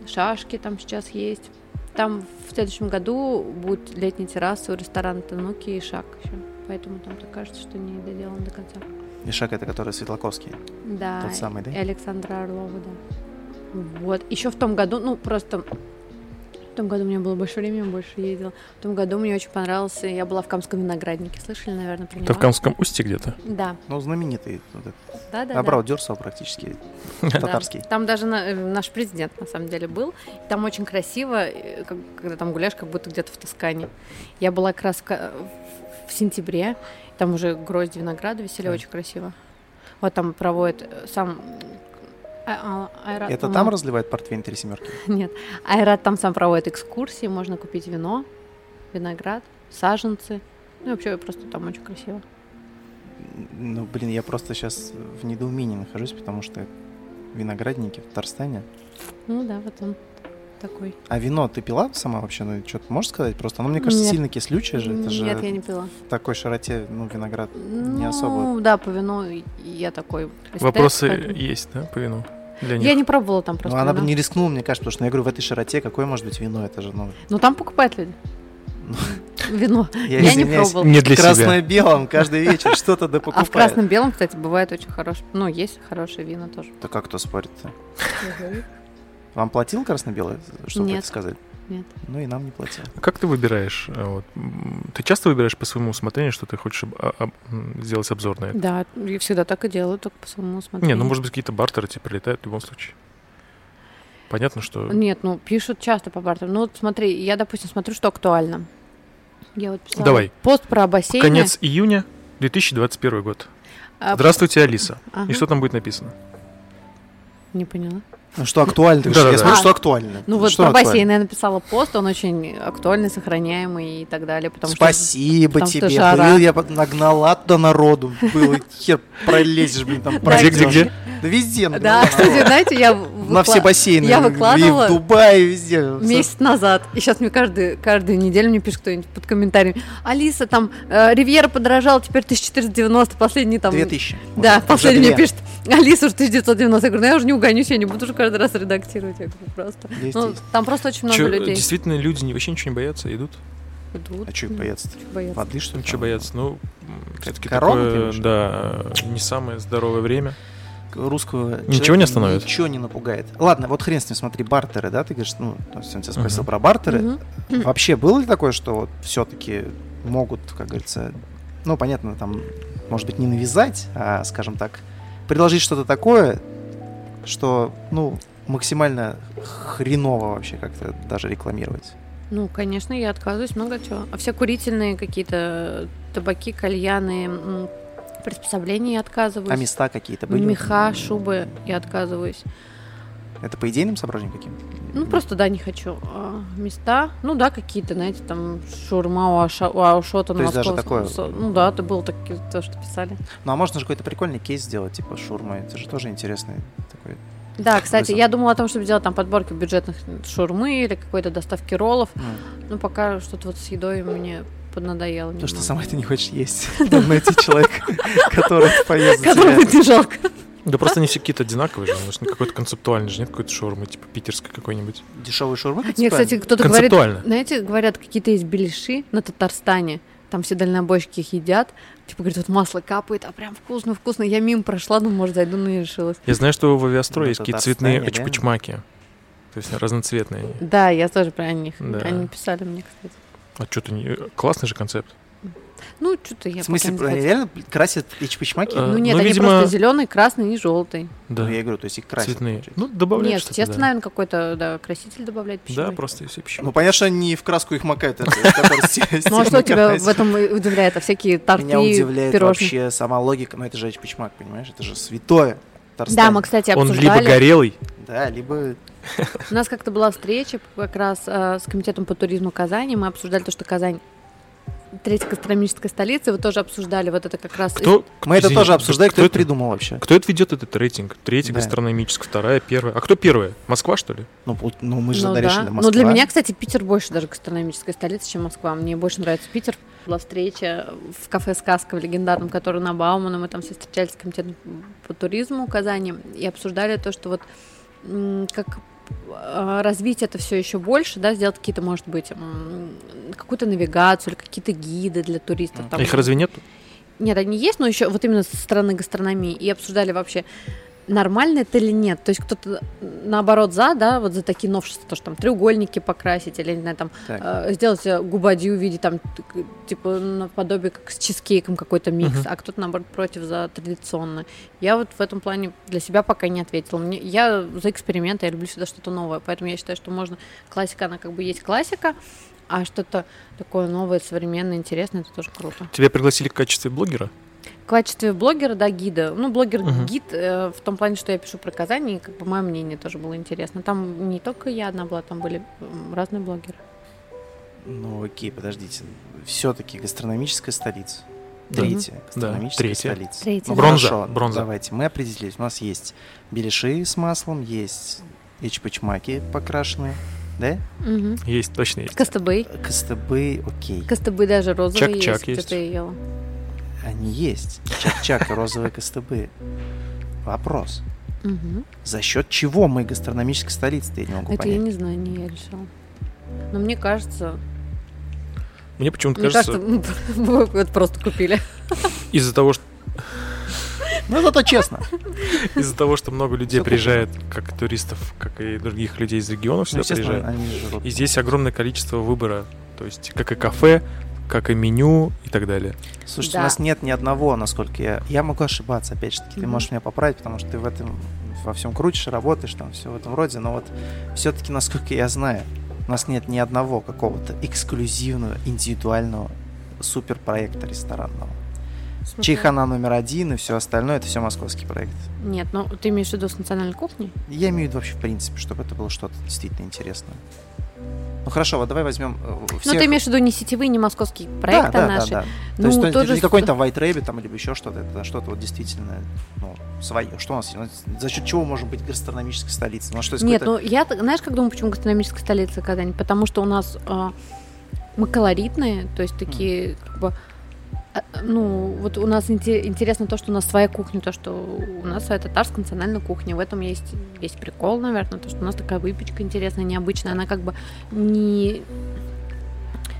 Speaker 3: шашки там сейчас есть. Там в следующем году будет летняя терраса у ресторана Тануки и Шак еще. Поэтому там так кажется, что не доделано до конца.
Speaker 1: И шаг это, который Светлаковский,
Speaker 3: Да.
Speaker 1: тот самый, да?
Speaker 3: И Александра Орлова, да. Вот. Еще в том году, ну, просто в том году у меня было больше времени, я больше ездила. В том году мне очень понравился, я была в Камском винограднике. Слышали, наверное, про него?
Speaker 2: Это в Камском устье где-то.
Speaker 3: Да,
Speaker 1: Ну, знаменитый. Вот этот.
Speaker 3: да, да. да.
Speaker 1: Абрау Дюрсо практически. Татарский.
Speaker 3: Да. Там даже на- э, наш президент на самом деле был. И Там очень красиво, э, как- когда там гуляешь, как будто где-то в Тоскане. Я была как раз в, Ка- в сентябре, там уже грозди винограда висели,
Speaker 2: Да.
Speaker 3: очень красиво. Вот там проводит э, сам а- а- Айрат,
Speaker 1: Это
Speaker 3: по-моему.
Speaker 1: там разливают портвейн три семерки?
Speaker 3: Нет, Айрат там сам проводит экскурсии, можно купить вино, виноград, саженцы. Ну, и вообще просто там очень красиво.
Speaker 1: Ну, блин, я просто сейчас в недоумении нахожусь, потому что виноградники в Татарстане.
Speaker 3: Ну да, вот он такой.
Speaker 1: А вино ты пила сама вообще? Ну, что-то можешь сказать? Просто оно, мне кажется,
Speaker 3: Нет.
Speaker 1: сильно кислючее же. Это же
Speaker 3: Нет, я не пила.
Speaker 1: в такой широте, ну, виноград.
Speaker 3: Ну,
Speaker 1: особо.
Speaker 3: да, по вину я такой. эстет,
Speaker 2: Вопросы
Speaker 3: поэтому-
Speaker 2: есть, да, по вину? Для них?
Speaker 3: Я не пробовала там
Speaker 1: Ну,
Speaker 3: просто.
Speaker 1: она бы
Speaker 3: вина.
Speaker 1: не рискнула, мне кажется, потому что, ну, я говорю, в этой широте какое может быть вино? Это же, ну...
Speaker 3: Ну там покупают люди. Вино. А
Speaker 1: Я,
Speaker 3: Я не
Speaker 1: извиняюсь,
Speaker 3: пробовала.
Speaker 2: Не для себя.
Speaker 1: Красно-белом каждый вечер что-то
Speaker 3: А в
Speaker 1: докупает.
Speaker 3: красном-белом, кстати, бывает очень хорошее. Ну, есть хорошие вина тоже.
Speaker 1: Да как кто спорит-то? Вам платил красно-белый, чтобы
Speaker 3: Нет.
Speaker 1: это сказать?
Speaker 3: Нет.
Speaker 1: Ну и нам не платил.
Speaker 2: Как ты выбираешь? э, вот, м, ты часто выбираешь по своему усмотрению, что ты хочешь об- а- об- м, сделать обзор на это?
Speaker 3: Да, я всегда так и делаю, только по самому смотрю.
Speaker 2: Не, ну может быть какие-то бартеры тебе прилетают в любом случае. Понятно, что...
Speaker 3: Нет, ну пишут часто по бартеру. Ну вот смотри, я, допустим, смотрю, что актуально. Я вот писала
Speaker 2: Давай.
Speaker 3: пост про бассейны.
Speaker 2: Конец июня 2021 год.
Speaker 3: А,
Speaker 2: Здравствуйте, Алиса.
Speaker 3: ага,
Speaker 2: И что там будет написано?
Speaker 3: Не поняла.
Speaker 1: Ну что актуально? так
Speaker 2: Да,
Speaker 1: что
Speaker 2: да,
Speaker 1: Я
Speaker 2: да.
Speaker 1: смотрю,
Speaker 3: А.
Speaker 1: что актуально.
Speaker 3: Ну вот
Speaker 1: Что
Speaker 3: про
Speaker 1: актуально?
Speaker 3: бассейн я написала пост, он очень актуальный, сохраняемый и так далее. Потому Что...
Speaker 1: Спасибо
Speaker 3: потому что
Speaker 1: тебе.
Speaker 3: жара.
Speaker 1: Блин, я под- нагнала туда народу. Было хер пролезешь, блин, там
Speaker 3: Да,
Speaker 2: Где, где, где?
Speaker 1: Да везде.
Speaker 3: Да,
Speaker 1: нагнала
Speaker 3: кстати,
Speaker 1: народу.
Speaker 3: знаете, я
Speaker 1: На
Speaker 3: выкла-
Speaker 1: все бассейны.
Speaker 3: Я
Speaker 1: И
Speaker 3: выкладывала
Speaker 1: в Дубае, везде.
Speaker 3: месяц назад. И сейчас мне каждый, каждую неделю мне пишет кто-нибудь под комментарием. Алиса, там, э, Ривьера подорожала, теперь 1490, последний там...
Speaker 1: 2000. Вот
Speaker 3: Да,
Speaker 1: так, уже
Speaker 3: последний мне
Speaker 1: две.
Speaker 3: пишет, Алиса, уже 1990. Я говорю, ну я уже не угонюсь, я не буду уже каждый раз редактировать. Я говорю, просто. Ну,
Speaker 1: Естественно.
Speaker 3: там просто очень много
Speaker 2: Чё,
Speaker 3: людей.
Speaker 2: действительно, люди не- вообще ничего не боятся, идут?
Speaker 3: идут.
Speaker 1: А что их
Speaker 3: Ну,
Speaker 1: бояться-то?
Speaker 3: чё бояться?
Speaker 1: Воды, что ли?
Speaker 2: Ничего
Speaker 1: там?
Speaker 2: боятся. Ну, все-таки
Speaker 1: А. Корона,
Speaker 2: такое,
Speaker 1: конечно.
Speaker 2: да, не самое здоровое время.
Speaker 1: Русского
Speaker 2: Ничего
Speaker 1: человека
Speaker 2: не остановит?
Speaker 1: Ничего не напугает. Ладно, вот хрен с ним, смотри, бартеры, да? Ты говоришь, ну, то есть он тебя спросил про бартеры.
Speaker 3: Мгм.
Speaker 1: Вообще было ли такое, что вот все-таки могут, как говорится, ну, понятно, там, может быть, не навязать, а, скажем так, предложить что-то такое, что, ну, максимально хреново вообще как-то даже рекламировать.
Speaker 3: Ну, конечно, я отказываюсь много от чего. А все курительные какие-то табаки, кальяны, м, приспособления я отказываюсь.
Speaker 1: А места какие-то были?
Speaker 3: Меха, шубы я отказываюсь.
Speaker 1: Это по идейным соображениям каким?
Speaker 3: Ну, просто, да, не хочу. А места, ну, да, какие-то, знаете, там, шурма у, Аша, у Аушота
Speaker 1: То есть даже
Speaker 3: московского
Speaker 1: такое?
Speaker 3: со- Ну, да, это было такие, то, что писали.
Speaker 1: Ну, а можно же какой-то прикольный кейс сделать, типа шурмы. Это же тоже интересный такой.
Speaker 3: Да, кстати,
Speaker 1: Согласен.
Speaker 3: я думала о том, чтобы сделать там подборки бюджетных шурмы или какой-то доставки роллов.
Speaker 1: ну,
Speaker 3: Ну, пока что-то вот с едой мне поднадоело.
Speaker 1: То, что
Speaker 3: немного.
Speaker 1: сама ты не хочешь есть. Надо найти человека, который поест за тебя.
Speaker 3: Которого не жалко.
Speaker 1: Типа,
Speaker 2: Да просто они все какие-то одинаковые же, ну, какой-то концептуальный же, нет какой-то шаурмы, типа питерской какой-нибудь.
Speaker 1: Дешевые шаурмы
Speaker 3: Мне, кстати, кто-то говорит,
Speaker 2: Концептуально.
Speaker 3: знаете, говорят, какие-то есть беляши на Татарстане, там все дальнобойщики их едят, типа, говорят, вот масло капает, а прям вкусно-вкусно, я мимо прошла, ну, может, зайду, но не решилась.
Speaker 2: Я знаю, что в авиастрое
Speaker 1: Ну,
Speaker 2: есть какие-то
Speaker 1: Татарстане,
Speaker 2: цветные
Speaker 1: реально.
Speaker 2: очпочмаки. То есть разноцветные. они.
Speaker 3: Да, я тоже про них,
Speaker 2: Да.
Speaker 3: они писали мне, кстати.
Speaker 2: А что-то не... Классный же концепт.
Speaker 3: Ну, что-то я
Speaker 1: В смысле,
Speaker 3: пока не
Speaker 1: они
Speaker 3: захотела.
Speaker 1: реально красят эти чпичмаки?
Speaker 2: Э,
Speaker 3: Ну, нет,
Speaker 2: Ну,
Speaker 3: они
Speaker 2: видимо,
Speaker 3: просто зеленый, красный и желтый.
Speaker 2: Да,
Speaker 1: Ну, я и говорю, то есть их красят.
Speaker 2: цветные.
Speaker 1: получается.
Speaker 2: Ну, добавляют
Speaker 3: Нет,
Speaker 2: что-то,
Speaker 3: тесто,
Speaker 2: да.
Speaker 3: наверное, какой-то, да, краситель добавляет
Speaker 2: Да,
Speaker 3: пищевой.
Speaker 2: просто и все пищевые.
Speaker 1: Ну, понятно, что они не в краску их макают. это, который стиль-
Speaker 3: Ну, а что
Speaker 1: стильно
Speaker 3: тебя
Speaker 1: красит.
Speaker 3: в этом и удивляет, а всякие торты,
Speaker 1: Меня удивляет
Speaker 3: пирожные?
Speaker 1: вообще сама логика. Ну, это же чпичмак, понимаешь? Это же святое.
Speaker 3: Да,
Speaker 1: Татарстане.
Speaker 3: мы, кстати,
Speaker 2: Он
Speaker 3: обсуждали.
Speaker 2: либо горелый,
Speaker 1: Да, либо...
Speaker 3: У нас как-то была встреча как раз э, с комитетом по туризму Казани. Мы обсуждали то, что Казань третья гастрономическая столица. И Вы тоже обсуждали вот это как раз.
Speaker 2: кто...
Speaker 1: Мы это
Speaker 2: извини,
Speaker 1: тоже обсуждали, кто это
Speaker 2: это-
Speaker 1: придумал вообще.
Speaker 2: Кто это ведет этот рейтинг? Третья
Speaker 1: Да.
Speaker 2: гастрономическая, вторая, первая. А кто первая? Москва, что ли?
Speaker 1: Ну, пу- ну, мы же
Speaker 3: ну,
Speaker 1: тогда решили,
Speaker 3: да.
Speaker 1: Москва.
Speaker 3: Но для меня, кстати, Питер больше даже гастрономическая столица, чем Москва. Мне больше нравится Питер. Была встреча в кафе «Сказка» в легендарном, который на Баумана. Мы там все встречались с комитетом по туризму Казани и обсуждали то, что вот м, как э, развить это все еще больше, да, сделать какие-то, может быть, м, какую-то навигацию или какие-то гиды для туристов.
Speaker 1: Мгм.
Speaker 3: Там.
Speaker 2: А Их разве нет?
Speaker 3: Нет, они есть, но еще вот именно со стороны гастрономии. И обсуждали вообще, нормально это или нет. То есть кто-то наоборот за, да, вот за такие новшества, то, что там треугольники покрасить или, не знаю, там
Speaker 1: Так.
Speaker 3: э, сделать э, губадью в виде там, т- к- типа, наподобие как с чизкейком какой-то микс,
Speaker 2: Мгм.
Speaker 3: а кто-то, наоборот, против за традиционно. Я вот в этом плане для себя пока не ответила. Мне, я за эксперименты, я люблю всегда что-то новое, поэтому я считаю, что можно... Классика, она как бы есть классика, а что-то такое новое, современное, интересное, это тоже круто.
Speaker 2: Тебя пригласили в качестве блогера?
Speaker 3: В качестве блогера, да, гида. Ну,
Speaker 2: Мгм.
Speaker 3: блогер-гид э, в том плане, что я пишу про Казань, и как бы мое мнение тоже было интересно. Там не только я одна была, там были м, разные блогеры.
Speaker 1: Ну, окей, подождите. Все-таки гастрономическая столица.
Speaker 2: Да.
Speaker 1: Третья гастрономическая
Speaker 2: третья.
Speaker 1: столица.
Speaker 3: Третья.
Speaker 1: Ну,
Speaker 2: Бронза,
Speaker 1: хорошо,
Speaker 2: бронза.
Speaker 1: Давайте, мы определились. У нас есть беляши с маслом, есть эчпочмаки покрашенные, да?
Speaker 3: Мгм.
Speaker 2: Есть, точно есть.
Speaker 3: Костыбы.
Speaker 1: Костыбы, окей.
Speaker 3: Костыбы даже розовые
Speaker 2: Чак-чак
Speaker 3: есть,
Speaker 2: есть.
Speaker 3: что-то я ела.
Speaker 1: Они есть. Чак-чак, и розовые костыбы. Вопрос.
Speaker 3: Мгм.
Speaker 1: За счет чего мы гастрономическая столица? Я не могу
Speaker 3: Это я
Speaker 1: понять.
Speaker 3: не знаю, не я решила. Но мне кажется,
Speaker 2: Мне почему-то
Speaker 3: мне кажется,
Speaker 2: кажется,
Speaker 3: мы это просто купили.
Speaker 2: из-за того, что
Speaker 1: Ну, зато честно.
Speaker 2: Из-за того, что много людей
Speaker 1: Всё
Speaker 2: приезжает, как туристов, как и других людей из регионов
Speaker 1: Ну,
Speaker 2: сюда
Speaker 1: естественно,
Speaker 2: приезжают.
Speaker 1: они жрут.
Speaker 2: И здесь огромное количество выбора. То есть, как и кафе, как и меню и так далее.
Speaker 1: Слушайте, у
Speaker 3: Да.
Speaker 1: нас нет ни одного, насколько я... Я могу ошибаться, опять же таки, ты
Speaker 3: Мгм.
Speaker 1: можешь меня поправить, потому что ты в этом во всем крутишь, работаешь там, все в этом роде, но вот все-таки, насколько я знаю, У нас нет ни одного какого-то эксклюзивного, индивидуального суперпроекта ресторанного.
Speaker 3: Смешно.
Speaker 1: Чайхана номер один и все остальное, это все московский проект.
Speaker 3: Нет, ну ты имеешь в виду с национальной кухней?
Speaker 1: Я имею в виду вообще в принципе, чтобы это было что-то действительно интересное. Ну хорошо, вот давай возьмем э, всех...
Speaker 3: Ну ты имеешь в виду не сетевые, не московские проекты
Speaker 1: да, да,
Speaker 3: наши.
Speaker 1: Да, да.
Speaker 3: Ну,
Speaker 1: То есть то-
Speaker 3: тоже
Speaker 1: не
Speaker 3: с-
Speaker 1: какой-то White Rabbit там, либо еще что-то, это что-то вот действительно ну, свое. Что у нас, есть? Ну, за счет чего может быть гастрономическая столица? Ну, что есть
Speaker 3: Нет,
Speaker 1: какой-то-
Speaker 3: ну я, так- знаешь, как думаю, почему гастрономическая столица Казань? Потому что у нас а, мы колоритные, то есть такие, как бы, а, ну, вот у нас инте- интересно то, что у нас своя кухня, то, что у нас своя татарская национальная кухня. В этом есть, есть прикол, наверное, то, что у нас такая выпечка интересная, необычная. Она как бы не...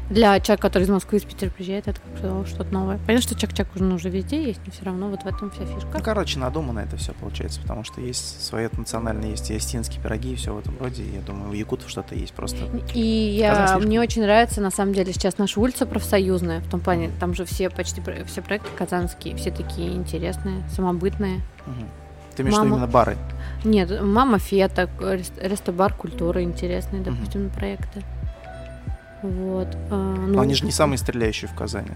Speaker 3: Для человека, который из Москвы, из Питера приезжает, это как бы что-то новое. Понятно, что чак-чак уже ну, уже везде есть, но все равно вот в этом вся
Speaker 1: Ну,
Speaker 3: фишка.
Speaker 1: короче, надумано это все получается, потому что есть свое национальное, есть и остинские пироги и все в этом роде. Я думаю, у якутов что-то есть просто.
Speaker 3: И я,
Speaker 1: Казань
Speaker 3: мне
Speaker 1: слишком.
Speaker 3: очень нравится, на самом деле, сейчас наша улица профсоюзная, в том плане, там же все почти про- все проекты казанские, все такие интересные, самобытные.
Speaker 1: Мгм. Ты имеешь в виду
Speaker 3: Мама-
Speaker 1: именно бары?
Speaker 3: Нет, мама фета, рес- рестобар культуры интересные,
Speaker 1: Мгм.
Speaker 3: допустим, проекты. Вот. а, ну,
Speaker 1: Но они же не самые стреляющие в Казани.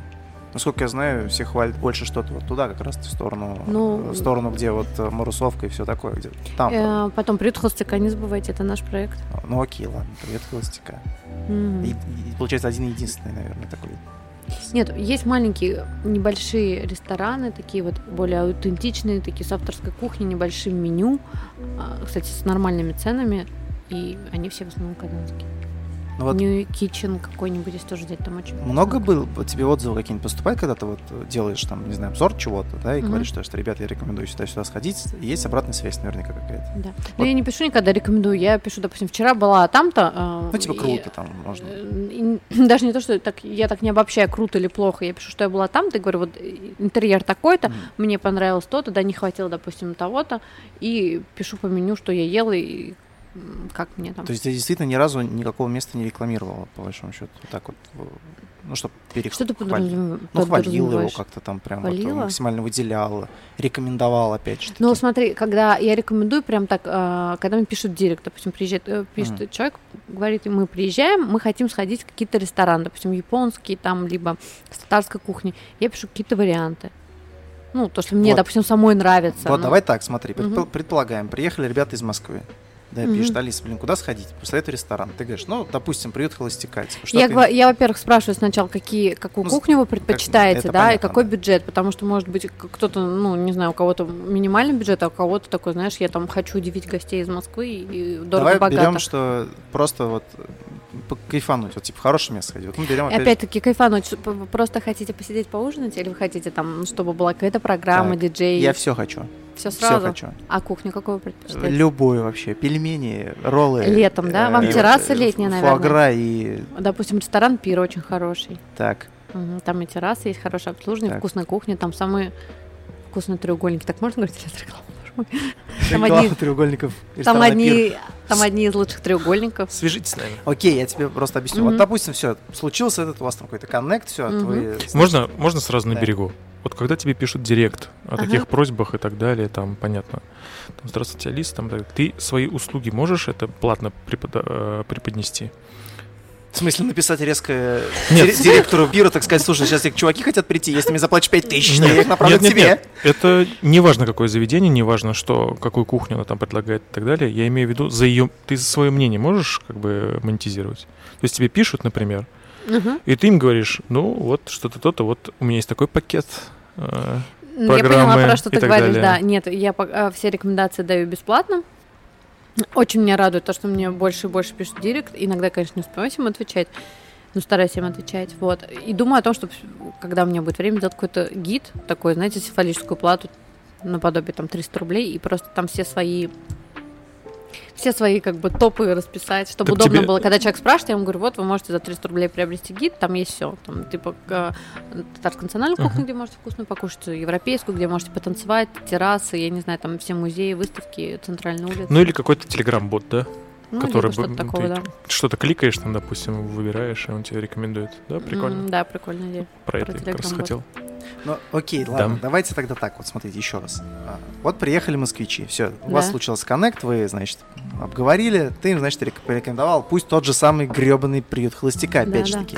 Speaker 1: Насколько я знаю, все хвалят больше что-то вот туда, как раз в сторону,
Speaker 3: Ну,
Speaker 1: в сторону, где вот э, Марусовка и все такое, где там.
Speaker 3: э, потом привет холостяка, не забывайте, это наш проект.
Speaker 1: там. Ну окей, ладно, привет, холостяка.
Speaker 3: Мгм.
Speaker 1: И- и получается один единственный, наверное, такой.
Speaker 3: Нет, есть маленькие небольшие рестораны, такие вот более аутентичные, такие с авторской кухней, небольшим меню, а, кстати, с нормальными ценами, и они все в основном казанские.
Speaker 1: Ну вот
Speaker 3: New Kitchen какой-нибудь, если тоже взять, там очень вкусно.
Speaker 1: много было вот тебе отзывы какие-нибудь поступают, когда ты вот э, делаешь там, не знаю, обзор чего-то, да, и
Speaker 3: Мгм.
Speaker 1: говоришь, что, что, ребята, я рекомендую сюда-сюда сходить, и есть обратная связь наверняка какая-то.
Speaker 3: Да.
Speaker 1: Вот.
Speaker 3: Но Ну, я не пишу никогда, рекомендую. Я пишу, допустим, вчера была там-то. а,
Speaker 1: Ну, типа
Speaker 3: и-
Speaker 1: круто там, можно.
Speaker 3: э, и даже не то, что так, я так не обобщаю, круто или плохо. Я пишу, что я была там, ты говорю, вот э, интерьер такой-то,
Speaker 1: Мгм.
Speaker 3: мне понравилось то-то, да, не хватило, допустим, того-то, и пишу по меню, что я ела и м, как мне там.
Speaker 1: То есть ты действительно ни разу никакого места не рекламировала, по большому счету. Вот так вот. в- Ну, чтобы
Speaker 3: что
Speaker 1: перехватить.
Speaker 3: ты подразум-
Speaker 1: Ну, хвалила его
Speaker 3: подразумеваешь?
Speaker 1: как-то там прям вот, э,
Speaker 3: Хвалила?
Speaker 1: максимально выделяла, рекомендовала опять же.
Speaker 3: Ну,
Speaker 1: таки.
Speaker 3: смотри, когда я рекомендую прям так, э, когда мне пишут директ, допустим, приезжает, э, пишет
Speaker 1: Мгм.
Speaker 3: человек, говорит, мы приезжаем, мы хотим сходить в какие-то рестораны, допустим, японские там, либо с татарской кухни, я пишу какие-то варианты. Ну, то, что мне,
Speaker 1: Вот.
Speaker 3: допустим, самой нравится.
Speaker 1: Вот
Speaker 3: ну.
Speaker 1: давай так, смотри, предпо-
Speaker 3: Мгм.
Speaker 1: предполагаем, приехали ребята из Москвы. Да,
Speaker 3: Мгм.
Speaker 1: пишет, Алиса, блин, куда сходить? Посоветуй ресторан. Ты говоришь, ну, допустим, привет холостяка. Типа, что
Speaker 3: я,
Speaker 1: ты-
Speaker 3: гва- я, во-первых, спрашиваю сначала, какие, какую
Speaker 1: Ну, с-
Speaker 3: кухню вы предпочитаете,
Speaker 1: это
Speaker 3: да, и
Speaker 1: понятно,
Speaker 3: какой
Speaker 1: да.
Speaker 3: бюджет, потому что, может быть, к- кто-то, ну, не знаю, у кого-то минимальный бюджет, а у кого-то такой, знаешь, я там хочу удивить гостей из Москвы и
Speaker 1: Давай берем,
Speaker 3: дорого-богато.
Speaker 1: что просто вот э, по- кайфануть, вот типа в хорошее место сходить. Вот мы берем
Speaker 3: И
Speaker 1: опять, же-
Speaker 3: Опять-таки, кайфануть, ш- п- просто хотите посидеть поужинать, или вы хотите там, ну, чтобы была какая-то программа,
Speaker 1: Так,
Speaker 3: диджей,
Speaker 1: я все хочу,
Speaker 3: все
Speaker 1: все
Speaker 3: сразу?
Speaker 1: хочу.
Speaker 3: А кухню какую вы предпочитаете?
Speaker 1: Любую вообще, пельмени, роллы.
Speaker 3: Летом, да? Вам
Speaker 1: э,
Speaker 3: террасы
Speaker 1: э,
Speaker 3: летние,
Speaker 1: фуа
Speaker 3: наверное?
Speaker 1: гра и
Speaker 3: Допустим, ресторан Пир очень хороший.
Speaker 1: так.
Speaker 3: Мгм, Там и террасы есть, хорошее обслуживание,
Speaker 1: Так.
Speaker 3: вкусная кухня, там самые вкусные треугольники. Так можно говорить? Сейчас реклама, боже мой. Там
Speaker 1: Реклама
Speaker 3: одни-
Speaker 1: треугольников.
Speaker 3: Там
Speaker 1: ресторана «Пир».
Speaker 3: одни, там одни из лучших треугольников.
Speaker 2: Свяжитесь с нами.
Speaker 1: Окей, я тебе просто объясню. Вот,
Speaker 3: Мгм.
Speaker 1: допустим, все, случился этот, у вас там какой-то коннект, все,
Speaker 3: Мгм.
Speaker 2: Можно, можно сразу на
Speaker 1: Да.
Speaker 2: берегу? Вот когда тебе пишут директ о
Speaker 3: Ага.
Speaker 2: таких просьбах и так далее, там понятно. Там, Здравствуйте, Алиса, там так, ты свои услуги можешь это платно препода- э, преподнести?
Speaker 1: В смысле, написать резко
Speaker 2: Нет.
Speaker 1: дир- директору бира, так сказать, слушай, сейчас эти чуваки хотят прийти, если мне заплатишь 5 тысяч, то я их направлю
Speaker 2: нет,
Speaker 1: к
Speaker 2: нет,
Speaker 1: тебе.
Speaker 2: нет. Это не важно, какое заведение, не важно, что, какую кухню она там предлагает и так далее. Я имею в виду, за ее, ты свое мнение можешь как бы монетизировать? То есть тебе пишут, например,
Speaker 3: Мгм.
Speaker 2: и ты им говоришь, ну вот что-то то-то, вот у меня есть такой пакет. э,
Speaker 3: Ну, Я поняла,
Speaker 2: программы
Speaker 3: про что
Speaker 2: и
Speaker 3: ты
Speaker 2: так
Speaker 3: говоришь,
Speaker 2: далее.
Speaker 3: да. Нет, я пока- все рекомендации даю бесплатно. Очень меня радует то, что мне больше и больше пишут в директ. Иногда, конечно, не успеваю им отвечать, но стараюсь им отвечать. Вот. И думаю о том, что когда у меня будет время, сделать какой-то гид, такой, знаете, символическую плату наподобие там 300 рублей, и просто там все свои все свои как бы топы расписать, чтобы
Speaker 2: Так
Speaker 3: удобно
Speaker 2: тебе-
Speaker 3: было. Когда человек спрашивает, я ему говорю, вот вы можете за 300 рублей приобрести гид, там есть все. Там типа э, татарскую национальную кухню, где можете вкусно покушать, европейскую, где можете потанцевать, террасы, я не знаю, там все музеи, выставки, центральная улица.
Speaker 2: Ну или какой-то телеграм-бот, да?
Speaker 3: Ну,
Speaker 2: который
Speaker 3: либо
Speaker 2: бы-
Speaker 3: что-то такого,
Speaker 2: ты-
Speaker 3: да.
Speaker 2: Что-то кликаешь там, допустим, выбираешь, и он тебе рекомендует. Да, прикольно.
Speaker 3: М, Да, прикольная идея.
Speaker 2: Про это я как раз
Speaker 3: Telegram-бот.
Speaker 2: хотел.
Speaker 1: Ну, окей, ладно, давайте тогда так, вот смотрите, еще раз. А, Вот приехали москвичи, все, у вас
Speaker 3: Да.
Speaker 1: случился коннект, вы, значит, обговорили, ты им, значит, рек- порекомендовал, пусть тот же самый гребаный приют холостяка, опять
Speaker 3: Да,
Speaker 1: же
Speaker 3: да.
Speaker 1: таки.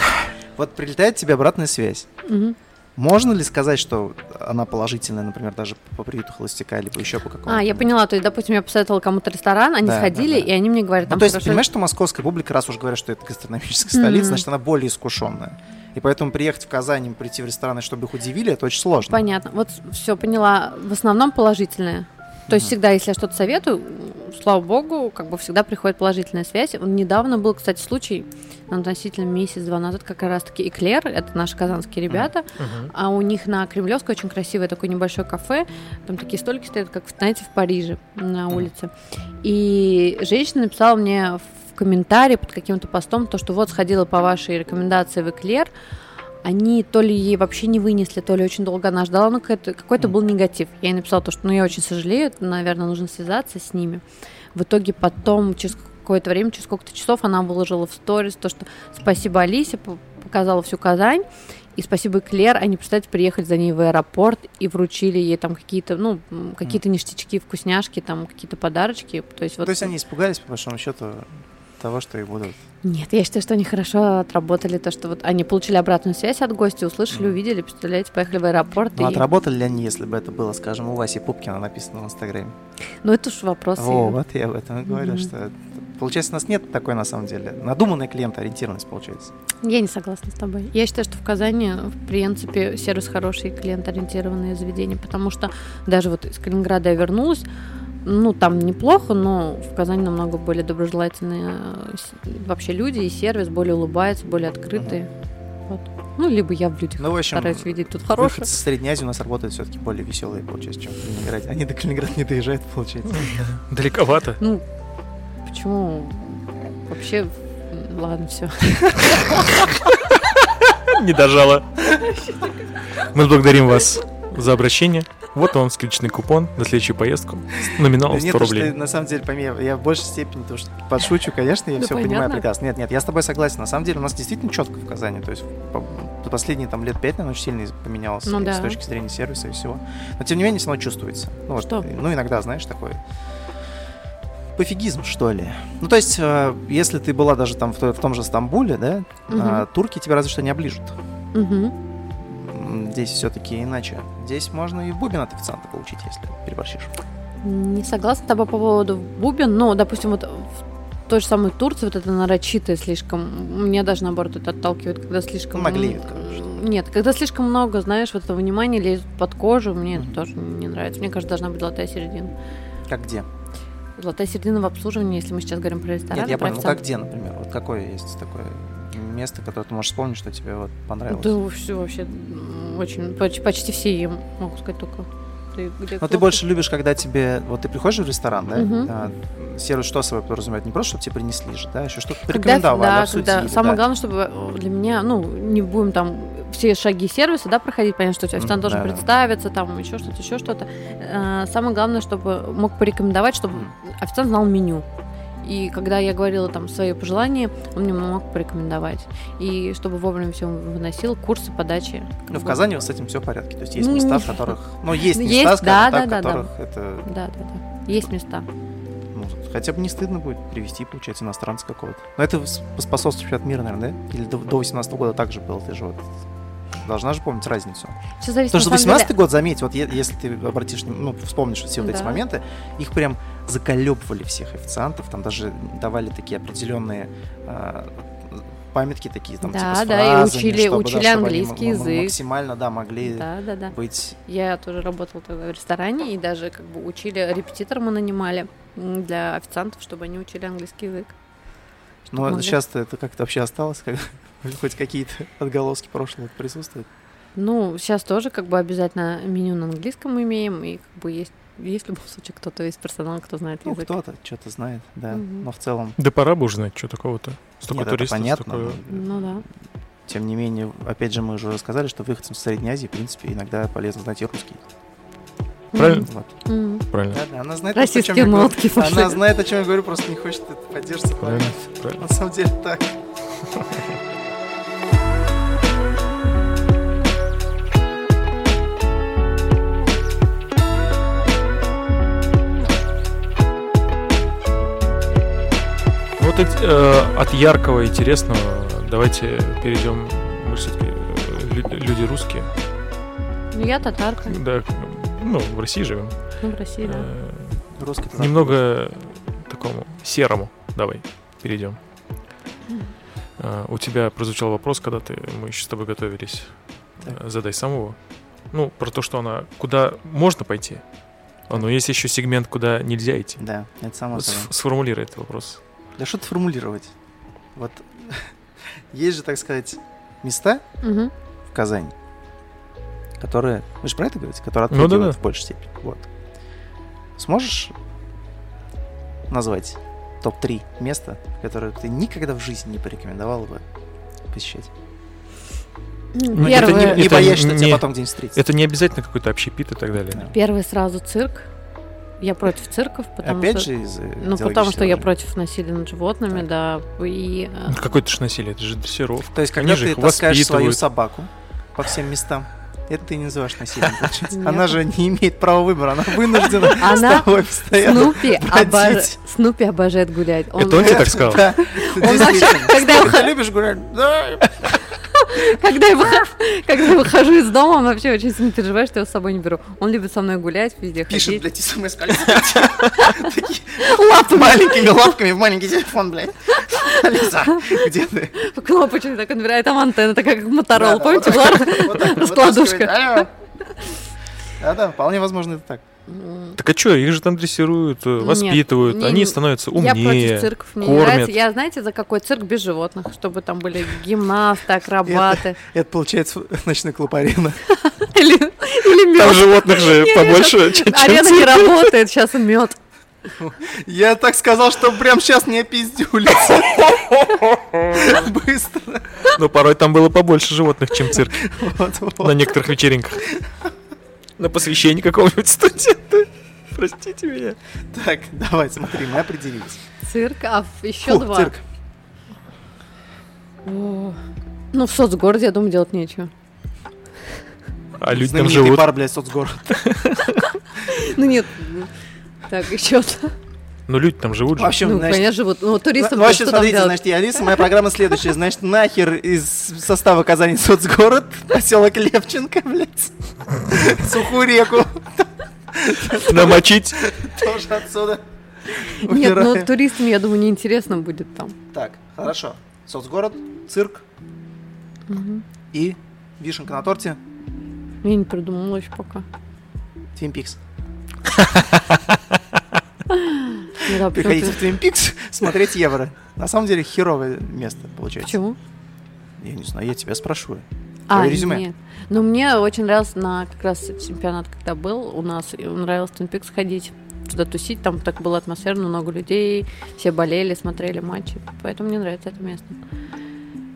Speaker 1: Вот прилетает тебе обратная связь.
Speaker 3: Мгм.
Speaker 1: Можно ли сказать, что она положительная, например, даже по приюту холостяка, либо еще по какому-то?
Speaker 3: А, я поняла, то есть, допустим, я посоветовала кому-то ресторан, они
Speaker 1: Да, да,
Speaker 3: сходили,
Speaker 1: да.
Speaker 3: и они мне говорят,
Speaker 1: Ну,
Speaker 3: там
Speaker 1: то есть,
Speaker 3: хорошо-
Speaker 1: понимаешь, что московская публика, раз уж говорят, что это гастрономическая столица,
Speaker 3: Мгм.
Speaker 1: значит, она более искушенная. И поэтому приехать в Казань, и прийти в рестораны, чтобы их удивили, это очень сложно.
Speaker 3: Понятно. Вот все поняла. В основном положительное. То есть
Speaker 1: Мгм.
Speaker 3: всегда, если я что-то советую, м, слава богу, как бы всегда приходит положительная связь. Вот Недавно был, кстати, случай, ну, относительно месяц-два назад, как раз-таки Эклер, это наши казанские ребята,
Speaker 2: Мгм.
Speaker 3: а у них на Кремлевской очень красивое такое небольшое кафе, там такие столики стоят, как, знаете, в Париже на улице. И женщина написала мне в комментарии под каким-то постом то, что вот сходила по вашей рекомендации в Эклер, они то ли ей вообще не вынесли, то ли очень долго она ждала, но какой-то, какой-то был негатив. Я ей написала то, что ну я очень сожалею, наверное, нужно связаться с ними. В итоге потом, через какое-то время, через сколько-то часов она выложила в сторис то, что спасибо Алисе, п- показала всю Казань, и спасибо Клер, они, представьте, приехали за ней в аэропорт и вручили ей там какие-то, ну, м, какие-то ништячки, вкусняшки, там какие-то подарочки. То есть, вот...
Speaker 1: То есть они испугались, по большому счету, того, что их будут.
Speaker 3: Нет, я считаю, что они хорошо отработали то, что вот они получили обратную связь от гостя, услышали,
Speaker 1: Мгм.
Speaker 3: увидели, представляете, поехали в аэропорт.
Speaker 1: Ну,
Speaker 3: и-
Speaker 1: отработали ли они, если бы это было, скажем, у Васи Пупкина написано в Инстаграме?
Speaker 3: Ну, это уж вопрос.
Speaker 1: Во, вот я об этом и говорю,
Speaker 3: Мгм.
Speaker 1: что... Получается, у нас нет такой, на самом деле, надуманная клиентоориентированность, получается.
Speaker 3: Я не согласна с тобой. Я считаю, что в Казани, в принципе, сервис хороший, клиент-ориентированные заведения, потому что даже вот из Калининграда я вернулась, ну, там неплохо, но в Казани намного более доброжелательные э, с- вообще люди, и сервис более улыбается, более открытые. Вот. Ну, либо я в людях
Speaker 1: Ну, в общем,
Speaker 3: стараюсь видеть тут хорошее.
Speaker 1: выход из Средней Азии у нас работает все-таки более веселые, получается, чем в Калининграде. Они до Калининграда не доезжают, получается.
Speaker 2: Далековато.
Speaker 3: Ну, почему вообще... м, Ладно, все.
Speaker 2: Не дожала. Мы благодарим вас за обращение. Вот вам скидочный купон на следующую поездку. Номинал
Speaker 1: Да
Speaker 2: 100
Speaker 1: Нет, потому что
Speaker 2: Ну, рублей.
Speaker 1: на самом деле, помимо, я в большей степени то, что подшучу, конечно, я
Speaker 3: Да
Speaker 1: все понимаю
Speaker 3: Ну, понятно.
Speaker 1: прекрасно. Нет, нет, я с тобой согласен. На самом деле у нас действительно четко в Казани, то есть по- за последние там лет пять, наверное, очень сильно из- поменялось
Speaker 3: Ну
Speaker 1: и
Speaker 3: да.
Speaker 1: с точки зрения сервиса и всего. Но тем не менее, все равно чувствуется. Ну, вот,
Speaker 3: Что?
Speaker 1: Ну, иногда, знаешь, такой пофигизм, что ли. Ну, то есть, э, если ты была даже там в, то- в том же Стамбуле, да,
Speaker 3: Мгм.
Speaker 1: а, турки тебя разве что не оближут.
Speaker 3: Мгм.
Speaker 1: М, Здесь все-таки иначе. Здесь можно и в бубен от официанта получить, если переборщишь.
Speaker 3: Не согласна с тобой по поводу бубен, но, допустим, вот в той же самой Турции вот это нарочитое слишком, меня даже, наоборот, это отталкивает, когда слишком...
Speaker 1: Наглеют,
Speaker 3: м,
Speaker 1: короче.
Speaker 3: Нет, когда слишком много, знаешь, вот этого внимания лезет под кожу, мне это тоже не нравится. Мне кажется, должна быть золотая середина.
Speaker 1: Как где?
Speaker 3: Золотая середина в обслуживании, если мы сейчас говорим про ресторан,
Speaker 1: Нет, я
Speaker 3: про
Speaker 1: понял. Ну, как где,
Speaker 3: официант.
Speaker 1: например? Вот какое есть такое место, которое ты можешь вспомнить, что тебе вот понравилось?
Speaker 3: Да, все вообще м, очень, поч- почти все, я могу сказать только. Ты где
Speaker 1: Но ты
Speaker 3: клуб?
Speaker 1: больше любишь, когда тебе... Вот ты приходишь в ресторан, да?
Speaker 3: Мгм.
Speaker 1: а, сервис что собой подразумевает? Не просто, чтобы тебе принесли же, да? Еще что-то
Speaker 3: Когда-
Speaker 1: порекомендовали,
Speaker 3: да,
Speaker 1: обсудили,
Speaker 3: когда- Самое
Speaker 1: да.
Speaker 3: главное, чтобы э, для меня, ну, не будем там все шаги сервиса, да, проходить, понятно, что официант
Speaker 1: Мгм,
Speaker 3: должен
Speaker 1: да-да.
Speaker 3: представиться, там еще что-то, еще что-то. Э, Самое главное, чтобы мог порекомендовать, чтобы
Speaker 1: Мгм.
Speaker 3: официант знал меню. И когда я говорила там свои пожелания, он мне мог порекомендовать. И чтобы вовремя все выносил, курсы подачи.
Speaker 1: Ну, в
Speaker 3: Вот.
Speaker 1: Казани с этим все в порядке. То есть есть
Speaker 3: Ну,
Speaker 1: места,
Speaker 3: не-
Speaker 1: в которых... Ну, есть
Speaker 3: Ну,
Speaker 1: места,
Speaker 3: есть,
Speaker 1: скажем
Speaker 3: да,
Speaker 1: так, в
Speaker 3: да, да, да.
Speaker 1: которых это...
Speaker 3: Да, да, да. Есть места.
Speaker 1: ну, хотя бы не стыдно будет привести, получается, иностранца какого-то. Но это с- поспособствует мира, наверное, да? Или до, 18 года так же было? Ты же вот должна же помнить разницу.
Speaker 3: Все зависит
Speaker 1: Потому что
Speaker 3: на самом деле-
Speaker 1: 18 год, заметь, вот е- если ты обратишь, внимание, ну, вспомнишь все вот эти
Speaker 3: Да.
Speaker 1: моменты, их прям заколебывали всех официантов, там даже давали такие определенные а, памятки такие, там,
Speaker 3: Да,
Speaker 1: типа, с
Speaker 3: да, и
Speaker 1: фразами,
Speaker 3: учили-
Speaker 1: чтобы, да,
Speaker 3: учили
Speaker 1: чтобы они
Speaker 3: английский
Speaker 1: м- м-
Speaker 3: язык.
Speaker 1: Максимально, да, могли
Speaker 3: Да, да, да.
Speaker 1: быть...
Speaker 3: Я тоже работала тогда в ресторане, и даже как бы учили, репетитор мы нанимали м, для официантов, чтобы они учили английский язык.
Speaker 1: Но
Speaker 3: могли.
Speaker 1: сейчас ну, это как-то вообще осталось, как- хоть какие-то отголоски прошлого присутствуют.
Speaker 3: Ну, сейчас тоже как бы обязательно меню на английском имеем, и как бы есть, есть в любом случае кто-то из персонала, кто знает
Speaker 1: Ну,
Speaker 3: язык.
Speaker 1: кто-то что-то знает, да,
Speaker 3: Мгм.
Speaker 1: но в целом...
Speaker 2: Да пора бы уже знать, что такого-то. Столько
Speaker 1: Нет, это
Speaker 2: туристов,
Speaker 1: понятно,
Speaker 2: столько-
Speaker 1: но-
Speaker 3: Ну да.
Speaker 1: Тем не менее, опять же, мы уже рассказали, что выходцам с Средней Азии, в принципе, иногда полезно знать и русский.
Speaker 2: Правильно?
Speaker 1: Вот.
Speaker 3: Мгм.
Speaker 2: Правильно.
Speaker 1: Да, да, она знает, просто, о чем
Speaker 3: Российские
Speaker 1: я говорю.
Speaker 3: нотки
Speaker 1: Она
Speaker 3: пошли.
Speaker 1: знает, о чем я говорю, просто не хочет это поддерживать.
Speaker 2: Правильно. правильно.
Speaker 1: На самом деле так.
Speaker 2: вот эти, э, от яркого и интересного давайте перейдем. Мы же все-таки люди русские.
Speaker 3: Ну, я татарка.
Speaker 2: Да, ну, в России живем.
Speaker 3: Ну, в России, да.
Speaker 2: Э,
Speaker 1: Русский татар.
Speaker 2: Немного такому серому. Давай, перейдем. А, У тебя прозвучал вопрос, когда ты мы еще с тобой готовились.
Speaker 1: Так.
Speaker 2: Э, Задай самого. Ну, про то, что она куда можно пойти. А, ну, есть еще сегмент, куда нельзя идти.
Speaker 1: Да, это само
Speaker 2: Вот
Speaker 1: собой.
Speaker 2: сф- Сформулируй этот вопрос.
Speaker 1: Да что-то формулировать. Вот есть же, так сказать, места
Speaker 2: Э.
Speaker 3: Мгм.
Speaker 1: в Казани, которые... Вы же про это говорите? Которые
Speaker 2: Ну да,
Speaker 1: открыты
Speaker 2: да.
Speaker 1: в большей степени. Вот. Сможешь назвать топ-3 места, которые ты никогда в жизни не порекомендовал бы посещать?
Speaker 2: Ну, это
Speaker 3: Первый,
Speaker 2: не-
Speaker 1: И
Speaker 2: это
Speaker 1: боишься,
Speaker 2: не-
Speaker 1: тебя потом где-нибудь встретить.
Speaker 2: Это не обязательно какой-то общепит и так далее.
Speaker 3: первый сразу цирк. Я против цирков, потому
Speaker 1: Опять
Speaker 3: что...
Speaker 1: же из
Speaker 3: Ну, потому что я против насилия над животными, да. И э,
Speaker 2: Ну, Какое-то ж насилие, это же дрессировка.
Speaker 1: То есть, когда
Speaker 2: Они же
Speaker 1: ты
Speaker 2: их
Speaker 1: таскаешь свою
Speaker 2: воспитывают.
Speaker 1: собаку по всем местам, это ты не называешь насилием, получается.
Speaker 3: Нет.
Speaker 1: Она же не имеет права выбора, она вынуждена с
Speaker 3: Она ну,
Speaker 1: тобой постоянно.
Speaker 3: Снупи,
Speaker 1: бродить.
Speaker 3: обож- Снупи обожает гулять. Он,
Speaker 2: Это он тебе так сказал?
Speaker 1: Да, действительно.
Speaker 3: когда я,
Speaker 1: Ты
Speaker 3: ухожу,
Speaker 1: любишь гулять? Да.
Speaker 3: когда, я выхожу, когда я выхожу из дома, он вообще очень сильно переживает, что я его с собой не беру. Он любит со мной гулять, везде
Speaker 1: Пишет,
Speaker 3: ходить.
Speaker 1: блядь, смс Такие
Speaker 3: Лапы
Speaker 1: маленькими лапками в маленький телефон, блядь. Алиса, где ты?
Speaker 3: кнопочный так набирает, там антенна такая, как Моторол,
Speaker 1: Да,
Speaker 3: помните,
Speaker 1: вот так,
Speaker 3: была?
Speaker 1: вот так, вот
Speaker 3: Складушка.
Speaker 1: так говорит, «Алло». Да-да, вполне возможно это так.
Speaker 3: М,
Speaker 2: Так а что, их же там дрессируют, э,
Speaker 3: Ну Нет,
Speaker 2: воспитывают,
Speaker 3: не-
Speaker 2: они
Speaker 3: не-
Speaker 2: становятся
Speaker 3: Я против
Speaker 2: умнее.
Speaker 3: цирков, мне не
Speaker 2: кормят.
Speaker 3: нравится. Я, знаете, за какой цирк без животных, чтобы там были гимнасты, акробаты
Speaker 1: Это получается ночной клуб арена.
Speaker 3: или, или мед.
Speaker 2: животных же
Speaker 3: Я- я
Speaker 2: чем- чем
Speaker 3: Арена не работает, сейчас мед.
Speaker 1: Я так сказал, что прям сейчас не пиздюлится. Быстро.
Speaker 2: Но порой там было побольше животных, чем цирк
Speaker 1: Вот, вот.
Speaker 2: на некоторых вечеринках. На посвящении какого-нибудь студента. Простите меня.
Speaker 1: Так, давай, смотри, мы определились.
Speaker 3: Цирк, а в- еще
Speaker 1: Фу,
Speaker 3: два.
Speaker 1: цирк.
Speaker 3: О. Ну, в соцгороде, я думаю, делать нечего.
Speaker 2: А люди там
Speaker 1: Знаменитый
Speaker 2: живут.
Speaker 1: бар, блядь, соцгород.
Speaker 3: Ну нет. ну, Так, еще
Speaker 2: Ну, люди там живут же.
Speaker 1: Вообще,
Speaker 3: Ну,
Speaker 1: значит,
Speaker 3: конечно, живут. Ну, туристы
Speaker 1: Ну, вообще,
Speaker 3: что там
Speaker 1: смотрите,
Speaker 3: делать?
Speaker 1: значит, я Алиса, моя программа следующая. Значит, нахер из состава Казани соцгород, поселок Левченко, блядь. Сухую реку
Speaker 2: Намочить.
Speaker 1: тоже отсюда.
Speaker 3: Нет, ну,
Speaker 1: Убираем.
Speaker 3: туристам, я думаю, неинтересно будет там.
Speaker 1: Так, хорошо. Соцгород, цирк
Speaker 3: Мгм.
Speaker 1: и вишенка на торте
Speaker 3: Я не придумала еще пока.
Speaker 1: Twin Peaks.
Speaker 3: Ну да, почему
Speaker 1: Приходите
Speaker 3: ты-
Speaker 1: в Twin Peaks смотреть евро. На самом деле херовое место получается.
Speaker 3: Почему?
Speaker 1: Я не знаю, я тебя спрашиваю.
Speaker 3: А,
Speaker 1: Твое резюме.
Speaker 3: нет. Ну, мне очень нравилось на как раз чемпионат, когда был у нас, и нравилось в Twin Peaks ходить туда тусить, там так было атмосферно, много людей, все болели, смотрели матчи, поэтому мне нравится это место.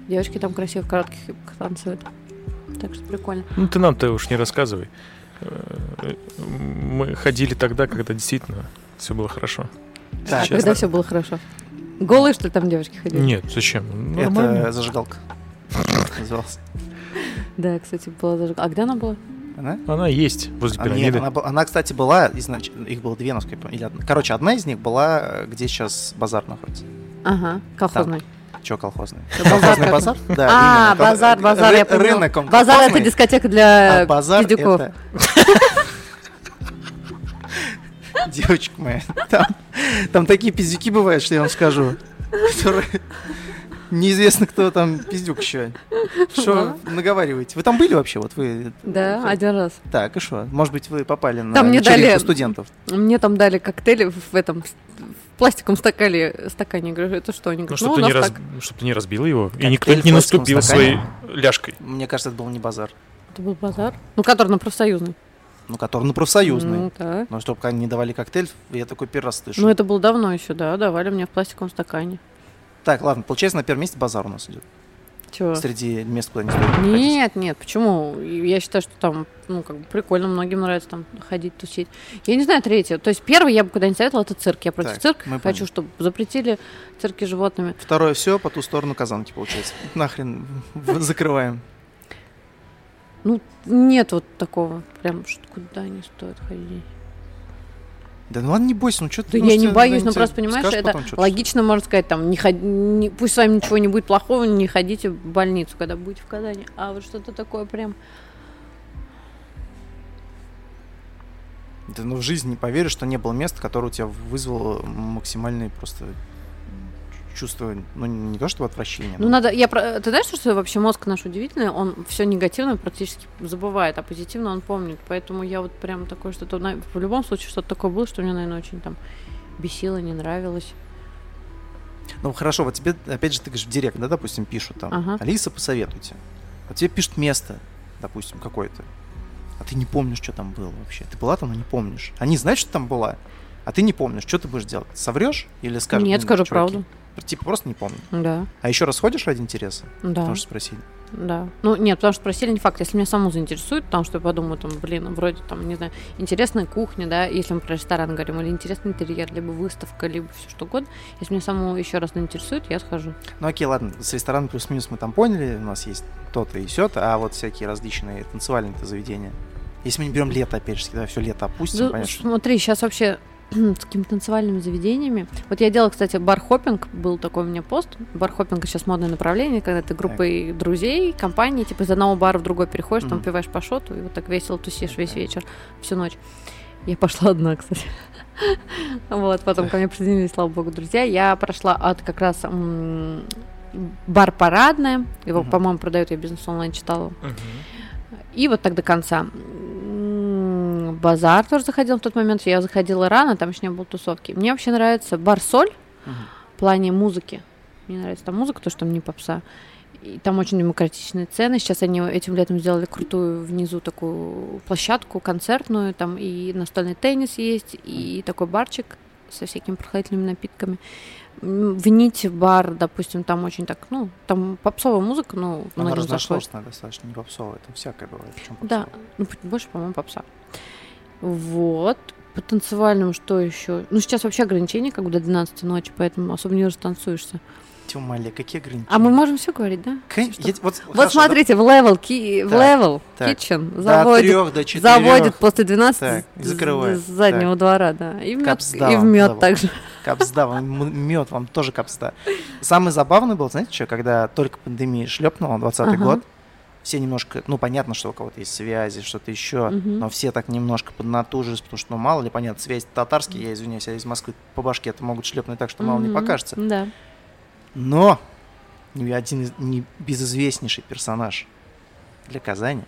Speaker 3: Девочки там красиво в коротких юбках танцуют, так что прикольно.
Speaker 2: Ну, ты нам-то уж не рассказывай. Э, Мы ходили тогда, когда действительно все было хорошо.
Speaker 1: Так,
Speaker 2: Честно.
Speaker 3: А Когда все было хорошо. Голые, что ли, там девочки ходили?
Speaker 2: Нет, зачем? Ну, Нормально.
Speaker 1: это зажигалка. Назывался.
Speaker 3: Да, кстати, была даже... А где она была?
Speaker 1: Она?
Speaker 2: Она есть возле
Speaker 1: А, нет,
Speaker 2: пирамиды.
Speaker 1: она, была- она, кстати, была, изнач- их было две, насколько я помню. или одна. Короче, одна из них была, э, где сейчас базар находится.
Speaker 3: Ага, колхозная.
Speaker 1: Чё колхозный?
Speaker 3: базар
Speaker 1: Колхозный
Speaker 3: как
Speaker 1: базар? Да,
Speaker 3: А,
Speaker 1: именно. Кол-
Speaker 3: базар,
Speaker 1: э,
Speaker 3: базар, я
Speaker 1: ры-
Speaker 3: поняла.
Speaker 1: Рынок он
Speaker 3: Базар это
Speaker 1: колхозный,
Speaker 3: дискотека
Speaker 1: а
Speaker 3: для
Speaker 1: базар
Speaker 3: пиздюков.
Speaker 1: это... Девочка моя, там, там такие пиздюки бывают, что я вам скажу. которые- Неизвестно, кто там пиздюк еще. Что вы наговариваете? Вы там были вообще? Вот вы...
Speaker 3: Да, один раз.
Speaker 1: Так, и что? Может быть, вы попали на
Speaker 3: Там мне дали-
Speaker 1: вечеринку студентов?
Speaker 3: Мне там дали коктейли в этом с- в пластиковом стакане, стакане. Я говорю, это что? Они
Speaker 2: Ну,
Speaker 3: говорят, ну,
Speaker 2: чтобы,
Speaker 3: у
Speaker 2: ты не
Speaker 3: нас
Speaker 2: раз...
Speaker 3: так.
Speaker 2: чтобы ты не разбил его. И
Speaker 1: Коктейль
Speaker 2: никто
Speaker 1: в
Speaker 2: не
Speaker 1: пластиковом
Speaker 2: наступил своей
Speaker 1: стакане.
Speaker 2: ляжкой.
Speaker 1: Мне кажется, это был не базар.
Speaker 3: Это был базар. Ну, который на профсоюзный.
Speaker 1: Ну, который на профсоюзный.
Speaker 3: Ну, да.
Speaker 1: Но чтобы они не давали коктейль, я такой первый раз слышу.
Speaker 3: Ну, это было давно еще, да, давали мне в пластиковом стакане.
Speaker 1: Так, ладно, получается, на первом месте базар у нас идет.
Speaker 3: Чего?
Speaker 1: Среди мест, куда не стоит ходить.
Speaker 3: Нет, нет, почему? Я считаю, что там, ну, как бы прикольно, многим нравится там ходить, тусить. Я не знаю, третье. То есть первый я бы куда-нибудь советовала, это цирк. Я против
Speaker 1: Так,
Speaker 3: цирка.
Speaker 1: мы
Speaker 3: Хочу,
Speaker 1: поняли.
Speaker 3: чтобы запретили цирки с животными.
Speaker 1: Второе все по ту сторону казанки, получается. Нахрен в- закрываем.
Speaker 3: Ну, нет вот такого прям, что куда не стоит ходить.
Speaker 1: Да ну ладно, не бойся, ну что ты...
Speaker 3: Да
Speaker 1: может,
Speaker 3: я не
Speaker 1: тебе
Speaker 3: боюсь, ну
Speaker 1: кто-нибудь
Speaker 3: просто понимаешь,
Speaker 1: скажет
Speaker 3: это
Speaker 1: потом чё-то,
Speaker 3: логично можно сказать, там, не ход- не- пусть с вами ничего не будет плохого, не ходите в больницу, когда будете в Казани. А вот что-то такое прям...
Speaker 1: что- Да ну в жизни не поверишь, что не было места, которое у тебя вызвало максимальное просто чувство, ну не то чтобы отвращение,
Speaker 3: Ну, надо, я про... Ты знаешь, что вообще мозг наш удивительный, он все негативное практически забывает, а позитивно он помнит. Поэтому я вот прям такое что-то... на- В любом случае что-то такое было, что мне, наверное, очень там бесило, не нравилось.
Speaker 1: Ну хорошо, вот тебе, опять же, ты говоришь, в директ, да, допустим, пишут там,
Speaker 3: Ага.
Speaker 1: Алиса, посоветуйте. А тебе пишут место, допустим, какое-то. А ты не помнишь, что там было вообще. Ты была там, но не помнишь. Они знают, что там была, а ты не помнишь. Что ты будешь делать? Соврешь или скажешь?
Speaker 3: Нет,
Speaker 1: «Блин,
Speaker 3: скажу
Speaker 1: чуваки, Типа просто не помню.
Speaker 3: правду. Да,
Speaker 1: А еще раз ходишь ради интереса?
Speaker 3: да.
Speaker 1: Потому что спросили.
Speaker 3: Да. Ну, нет, потому что спросили не факт. Если меня саму заинтересует, потому что я подумаю, там, блин, вроде там, не знаю, интересная кухня, да, если мы про ресторан говорим, или интересный интерьер, либо выставка, либо все что угодно. Если меня саму еще раз заинтересует, я схожу.
Speaker 1: Ну окей, ладно, с ресторана плюс-минус мы там поняли, у нас есть то-то и все то а вот всякие различные танцевальные-то заведения. Если мы не берем лето, опять же, когда все лето опустим,
Speaker 3: Ну,
Speaker 1: понятно, что
Speaker 3: смотри, сейчас вообще с какими-то танцевальными заведениями. Вот я делала, кстати, бархоппинг, был такой у меня пост. Бархоппинг сейчас модное направление, когда ты группой друзей, компании, типа из одного бара в другой переходишь, там
Speaker 1: Мгм.
Speaker 3: пиваешь по шоту, и вот так весело тусишь весь
Speaker 1: Окей.
Speaker 3: вечер, всю ночь. Я пошла одна, кстати. Вот, потом ко мне присоединились, слава богу, друзья. Я прошла от как раз м, бар парадная. Его,
Speaker 1: Мгм.
Speaker 3: по-моему, продают, я бизнес онлайн читала. И вот так до конца. М, Базар тоже заходил в тот момент. Я заходила рано, там еще не было тусовки. Мне вообще нравится бар Соль
Speaker 1: Мгм.
Speaker 3: в плане музыки. Мне нравится там музыка, то, что там не попса. И там очень демократичные цены. Сейчас они этим летом сделали крутую внизу такую площадку концертную. Там и настольный теннис есть, и такой барчик со всякими прохладительными напитками. М, В Ните бар, допустим, там очень так, ну, там попсовая музыка, ну,
Speaker 1: Она
Speaker 3: многим заходит.
Speaker 1: разношерстная достаточно, не попсовая, там всякое бывает. причём
Speaker 3: Да,
Speaker 1: попсовое.
Speaker 3: ну, п- больше, по-моему, попса. Вот. По танцевальному что еще? Ну, сейчас вообще ограничения как бы до 12 ночи, поэтому особо не растанцуешься.
Speaker 1: Тем более, какие ограничения?
Speaker 3: А мы можем все говорить, да?
Speaker 1: Кон-
Speaker 3: что-
Speaker 1: я- вот,
Speaker 3: вот смотрите, в Level, ки- в
Speaker 1: Так,
Speaker 3: Level
Speaker 1: так.
Speaker 3: Kitchen
Speaker 1: заводит,
Speaker 3: заводит,
Speaker 1: до четырех.
Speaker 3: заводит после 12
Speaker 1: Так, и
Speaker 3: с-
Speaker 1: закрывает.
Speaker 3: с заднего двора, да. И в мед,
Speaker 1: Капс
Speaker 3: и в
Speaker 1: даун,
Speaker 3: мед
Speaker 1: Level.
Speaker 3: также.
Speaker 1: Капсда, мед вам тоже капста. Самый забавный был, знаете, что, когда только пандемия шлепнула, 20
Speaker 3: Ага.
Speaker 1: год, все немножко, ну, понятно, что у кого-то есть связи, что-то еще,
Speaker 3: Мгм.
Speaker 1: но все так немножко поднатужились, потому что, ну, мало ли, понятно, связь татарский, я извиняюсь, я из Москвы по башке это могут шлепнуть так, что мало не
Speaker 3: Мгм.
Speaker 1: покажется.
Speaker 3: Да.
Speaker 1: Но ни один из- не безызвестнейший персонаж для Казани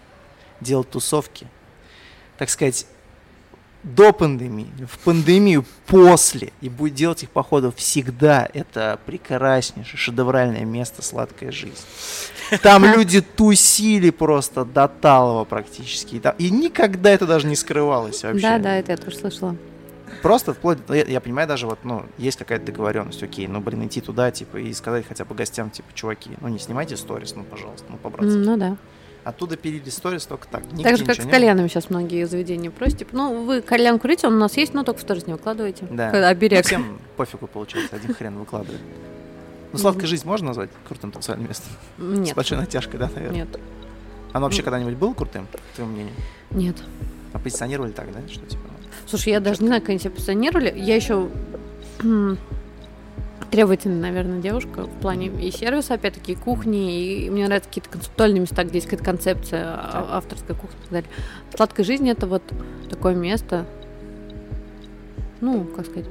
Speaker 1: делал тусовки, так сказать, до пандемии, в пандемию, после, и будет делать их, походу, всегда. Это прекраснейшее, шедевральное место «Сладкая жизнь». Там люди тусили просто до талого практически. И, та- и никогда это даже не скрывалось вообще.
Speaker 3: Да, да, это я тоже слышала.
Speaker 1: Просто вплоть, до- я, я понимаю, даже вот, ну, есть какая-то договоренность, окей, ну, блин, идти туда, типа, и сказать хотя бы гостям, типа, чуваки, ну, не снимайте сторис, ну, пожалуйста, ну, по-братски.
Speaker 3: М, Ну да.
Speaker 1: Оттуда пилили сторис только так. Нигде
Speaker 3: Так же, как с
Speaker 1: ничего не
Speaker 3: кальянами сейчас многие заведения просят. Типа, ну, вы кальян курите, он у нас есть, но только в сторис не выкладываете.
Speaker 1: Да.
Speaker 3: Как
Speaker 1: было. Ну,
Speaker 3: Оберег.
Speaker 1: всем пофигу, получается, один хрен выкладывает. Ну, сладкая жизнь можно назвать крутым танцевальным местом? С
Speaker 3: Нет.
Speaker 1: большой натяжкой, да, наверное?
Speaker 3: Нет.
Speaker 1: Оно вообще
Speaker 3: М.
Speaker 1: когда-нибудь было крутым, по твоему мнению?
Speaker 3: Нет.
Speaker 1: Оппозиционировали так, да? Что, типа, ну,
Speaker 3: Слушай, я даже не знаю, как они себя позиционировали. Я еще м, требовательная, наверное, девушка в плане и сервиса, опять-таки, и кухни, и мне нравятся какие-то концептуальные места, где есть какая-то концепция а- авторская кухня и так далее. Сладкая жизнь — это вот такое место, ну, как сказать,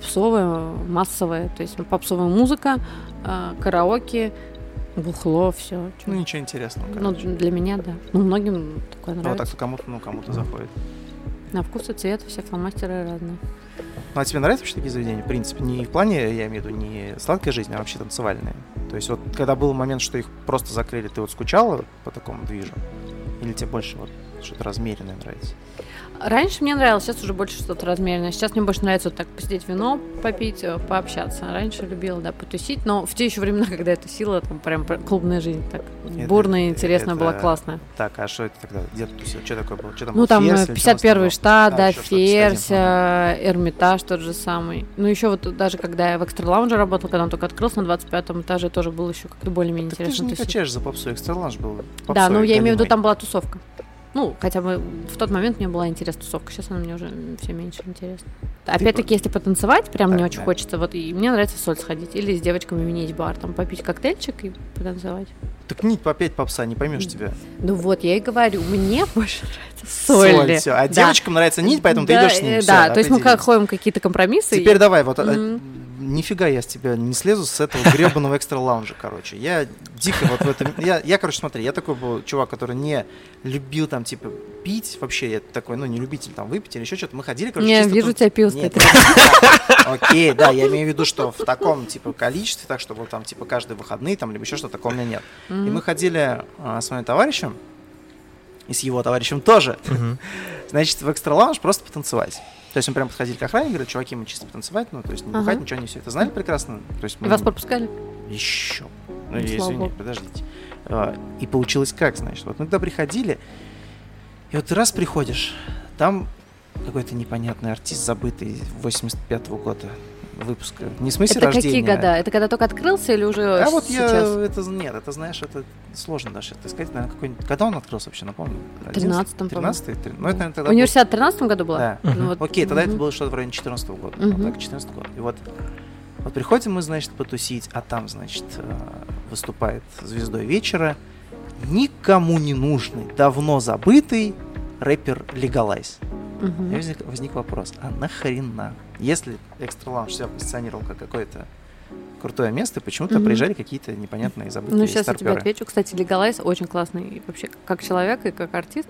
Speaker 3: попсовое, массовое, то есть попсовая музыка, а, караоке, бухло, все.
Speaker 1: ну, ничего интересного,
Speaker 3: Ну,
Speaker 1: короче.
Speaker 3: для меня, да. Ну, многим такое
Speaker 1: Ну, вот
Speaker 3: нравится.
Speaker 1: так что кому-то, ну, кому-то заходит.
Speaker 3: На вкус и цвет все фломастеры разные.
Speaker 1: Ну, а тебе нравятся вообще такие заведения? В принципе, не в плане, я имею в виду, не сладкая жизнь, а вообще танцевальные. То есть вот когда был момент, что их просто закрыли, ты вот скучала по такому движу? Или тебе больше вот что-то размеренное нравится?
Speaker 3: Раньше мне нравилось, сейчас уже больше что-то размеренное. Сейчас мне больше нравится вот так посидеть вино, попить, э, пообщаться. Раньше любила, да, потусить, но в те еще времена, когда я тусила, там прям пр- клубная жизнь так бурная, интересная была,
Speaker 1: это-
Speaker 3: классная.
Speaker 1: Так, а что это тогда? Где ты тусил? Что такое было? Что там
Speaker 3: Ну,
Speaker 1: был
Speaker 3: там
Speaker 1: ферзь
Speaker 3: э,
Speaker 1: или что у нас там
Speaker 3: 51-й
Speaker 1: было?
Speaker 3: штат,
Speaker 1: А,
Speaker 3: да,
Speaker 1: ещё что-то, кстати,
Speaker 3: Ферзь,
Speaker 1: ага.
Speaker 3: э, Эрмитаж тот же самый. Ну, еще вот даже когда я в Экстра Лаунже работала, когда он только открылся на 25 этаже, тоже было еще как-то более-менее
Speaker 1: Так ты же
Speaker 3: интересно
Speaker 1: не
Speaker 3: тусить.
Speaker 1: качаешь за попсу, экстраланж был.
Speaker 3: Да,
Speaker 1: попсой
Speaker 3: ну я имею в виду,
Speaker 1: гонимой.
Speaker 3: там была тусовка. Ну, хотя бы в тот момент мне была интересна тусовка, сейчас она мне уже все меньше интересна. Опять-таки, если потанцевать, прям
Speaker 1: Да,
Speaker 3: мне очень
Speaker 1: да.
Speaker 3: хочется, вот и мне нравится в соль сходить, или с девочками менять бар, там попить коктейльчик и потанцевать.
Speaker 1: Так нить опять попса, не поймешь тебя.
Speaker 3: Ну вот, я и говорю, мне больше нравится соль.
Speaker 1: всё. А
Speaker 3: Да.
Speaker 1: девочкам нравится нить, поэтому
Speaker 3: Да,
Speaker 1: ты идешь с ним.
Speaker 3: э,
Speaker 1: всё,
Speaker 3: Да, то есть мы как
Speaker 1: определились.
Speaker 3: ходим какие-то компромиссы.
Speaker 1: Теперь давай, вот а,
Speaker 3: Мгм.
Speaker 1: нифига я с тебя не слезу с этого гребаного экстра лаунжа, короче. Я дико вот в этом. Я, я, короче, смотри, я такой был чувак, который не любил там, типа, пить. Вообще, я такой, ну, не любитель там выпить или еще что-то. Мы ходили, короче,
Speaker 3: Не,
Speaker 1: чисто
Speaker 3: вижу
Speaker 1: тут-
Speaker 3: тебя пиво
Speaker 1: Нет,
Speaker 3: стоит.
Speaker 1: Окей, да, я имею в виду, что в таком, типа, количестве, так, чтобы там, типа, каждые выходные, там, либо еще что-то, такого у меня нет. И мы ходили а, с моим товарищем, и с его товарищем тоже,
Speaker 2: Мгм.
Speaker 1: значит, в экстра лаунж просто потанцевать. То есть он прям подходили к охране и говорит, чуваки, мы чисто потанцевать, ну, то есть не
Speaker 3: Ага.
Speaker 1: бухать, ничего, не все это знали прекрасно. То есть
Speaker 3: И
Speaker 1: мы...
Speaker 3: Вас пропускали?
Speaker 1: Еще. Ну,
Speaker 3: Ну,
Speaker 1: я
Speaker 3: слава
Speaker 1: извини,
Speaker 3: богу.
Speaker 1: подождите. А, И получилось как, значит, вот мы туда приходили, и вот ты раз приходишь, там какой-то непонятный артист, забытый 85-го года выпуска. Не в смысле
Speaker 3: Это
Speaker 1: рождения.
Speaker 3: какие года? Это когда только открылся или уже
Speaker 1: А вот
Speaker 3: сейчас?
Speaker 1: я, это, нет, это, знаешь, это сложно даже это сказать, наверное, какой-нибудь, когда он открылся вообще, напомню?
Speaker 3: 13-м, по-моему.
Speaker 1: 13 13 ну, это, наверное, тогда был-
Speaker 3: Университет в 13 году была?
Speaker 1: Да.
Speaker 2: Мгм.
Speaker 3: Ну вот,
Speaker 1: Окей, тогда это
Speaker 3: мгм.
Speaker 1: было что-то в районе 14 года.
Speaker 3: Мгм.
Speaker 1: Вот так, 14 год. И вот, вот приходим мы, значит, потусить, а там, значит, э, выступает звездой вечера никому не нужный, давно забытый рэпер Легалайз. У
Speaker 3: Мгм.
Speaker 1: меня возник, возник вопрос, а нахрена? Если Экстра Лаунж себя позиционировал как какое-то крутое место, почему-то
Speaker 3: Мгм.
Speaker 1: приезжали какие-то непонятные забытые
Speaker 3: Ну, сейчас я тебе
Speaker 1: старперы.
Speaker 3: отвечу. Кстати, Легалайз очень классный и вообще как человек и как артист.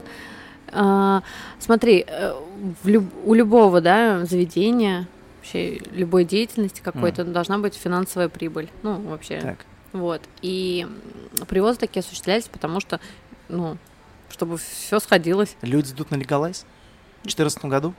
Speaker 3: А, Смотри, э, в люб- у любого да, заведения, вообще любой деятельности какой-то должна быть финансовая прибыль. Ну, вообще,
Speaker 1: Так,
Speaker 3: Вот. И м, привозы такие осуществлялись, потому что, ну, чтобы все сходилось.
Speaker 1: люди идут на Легалайз? В 2014 году?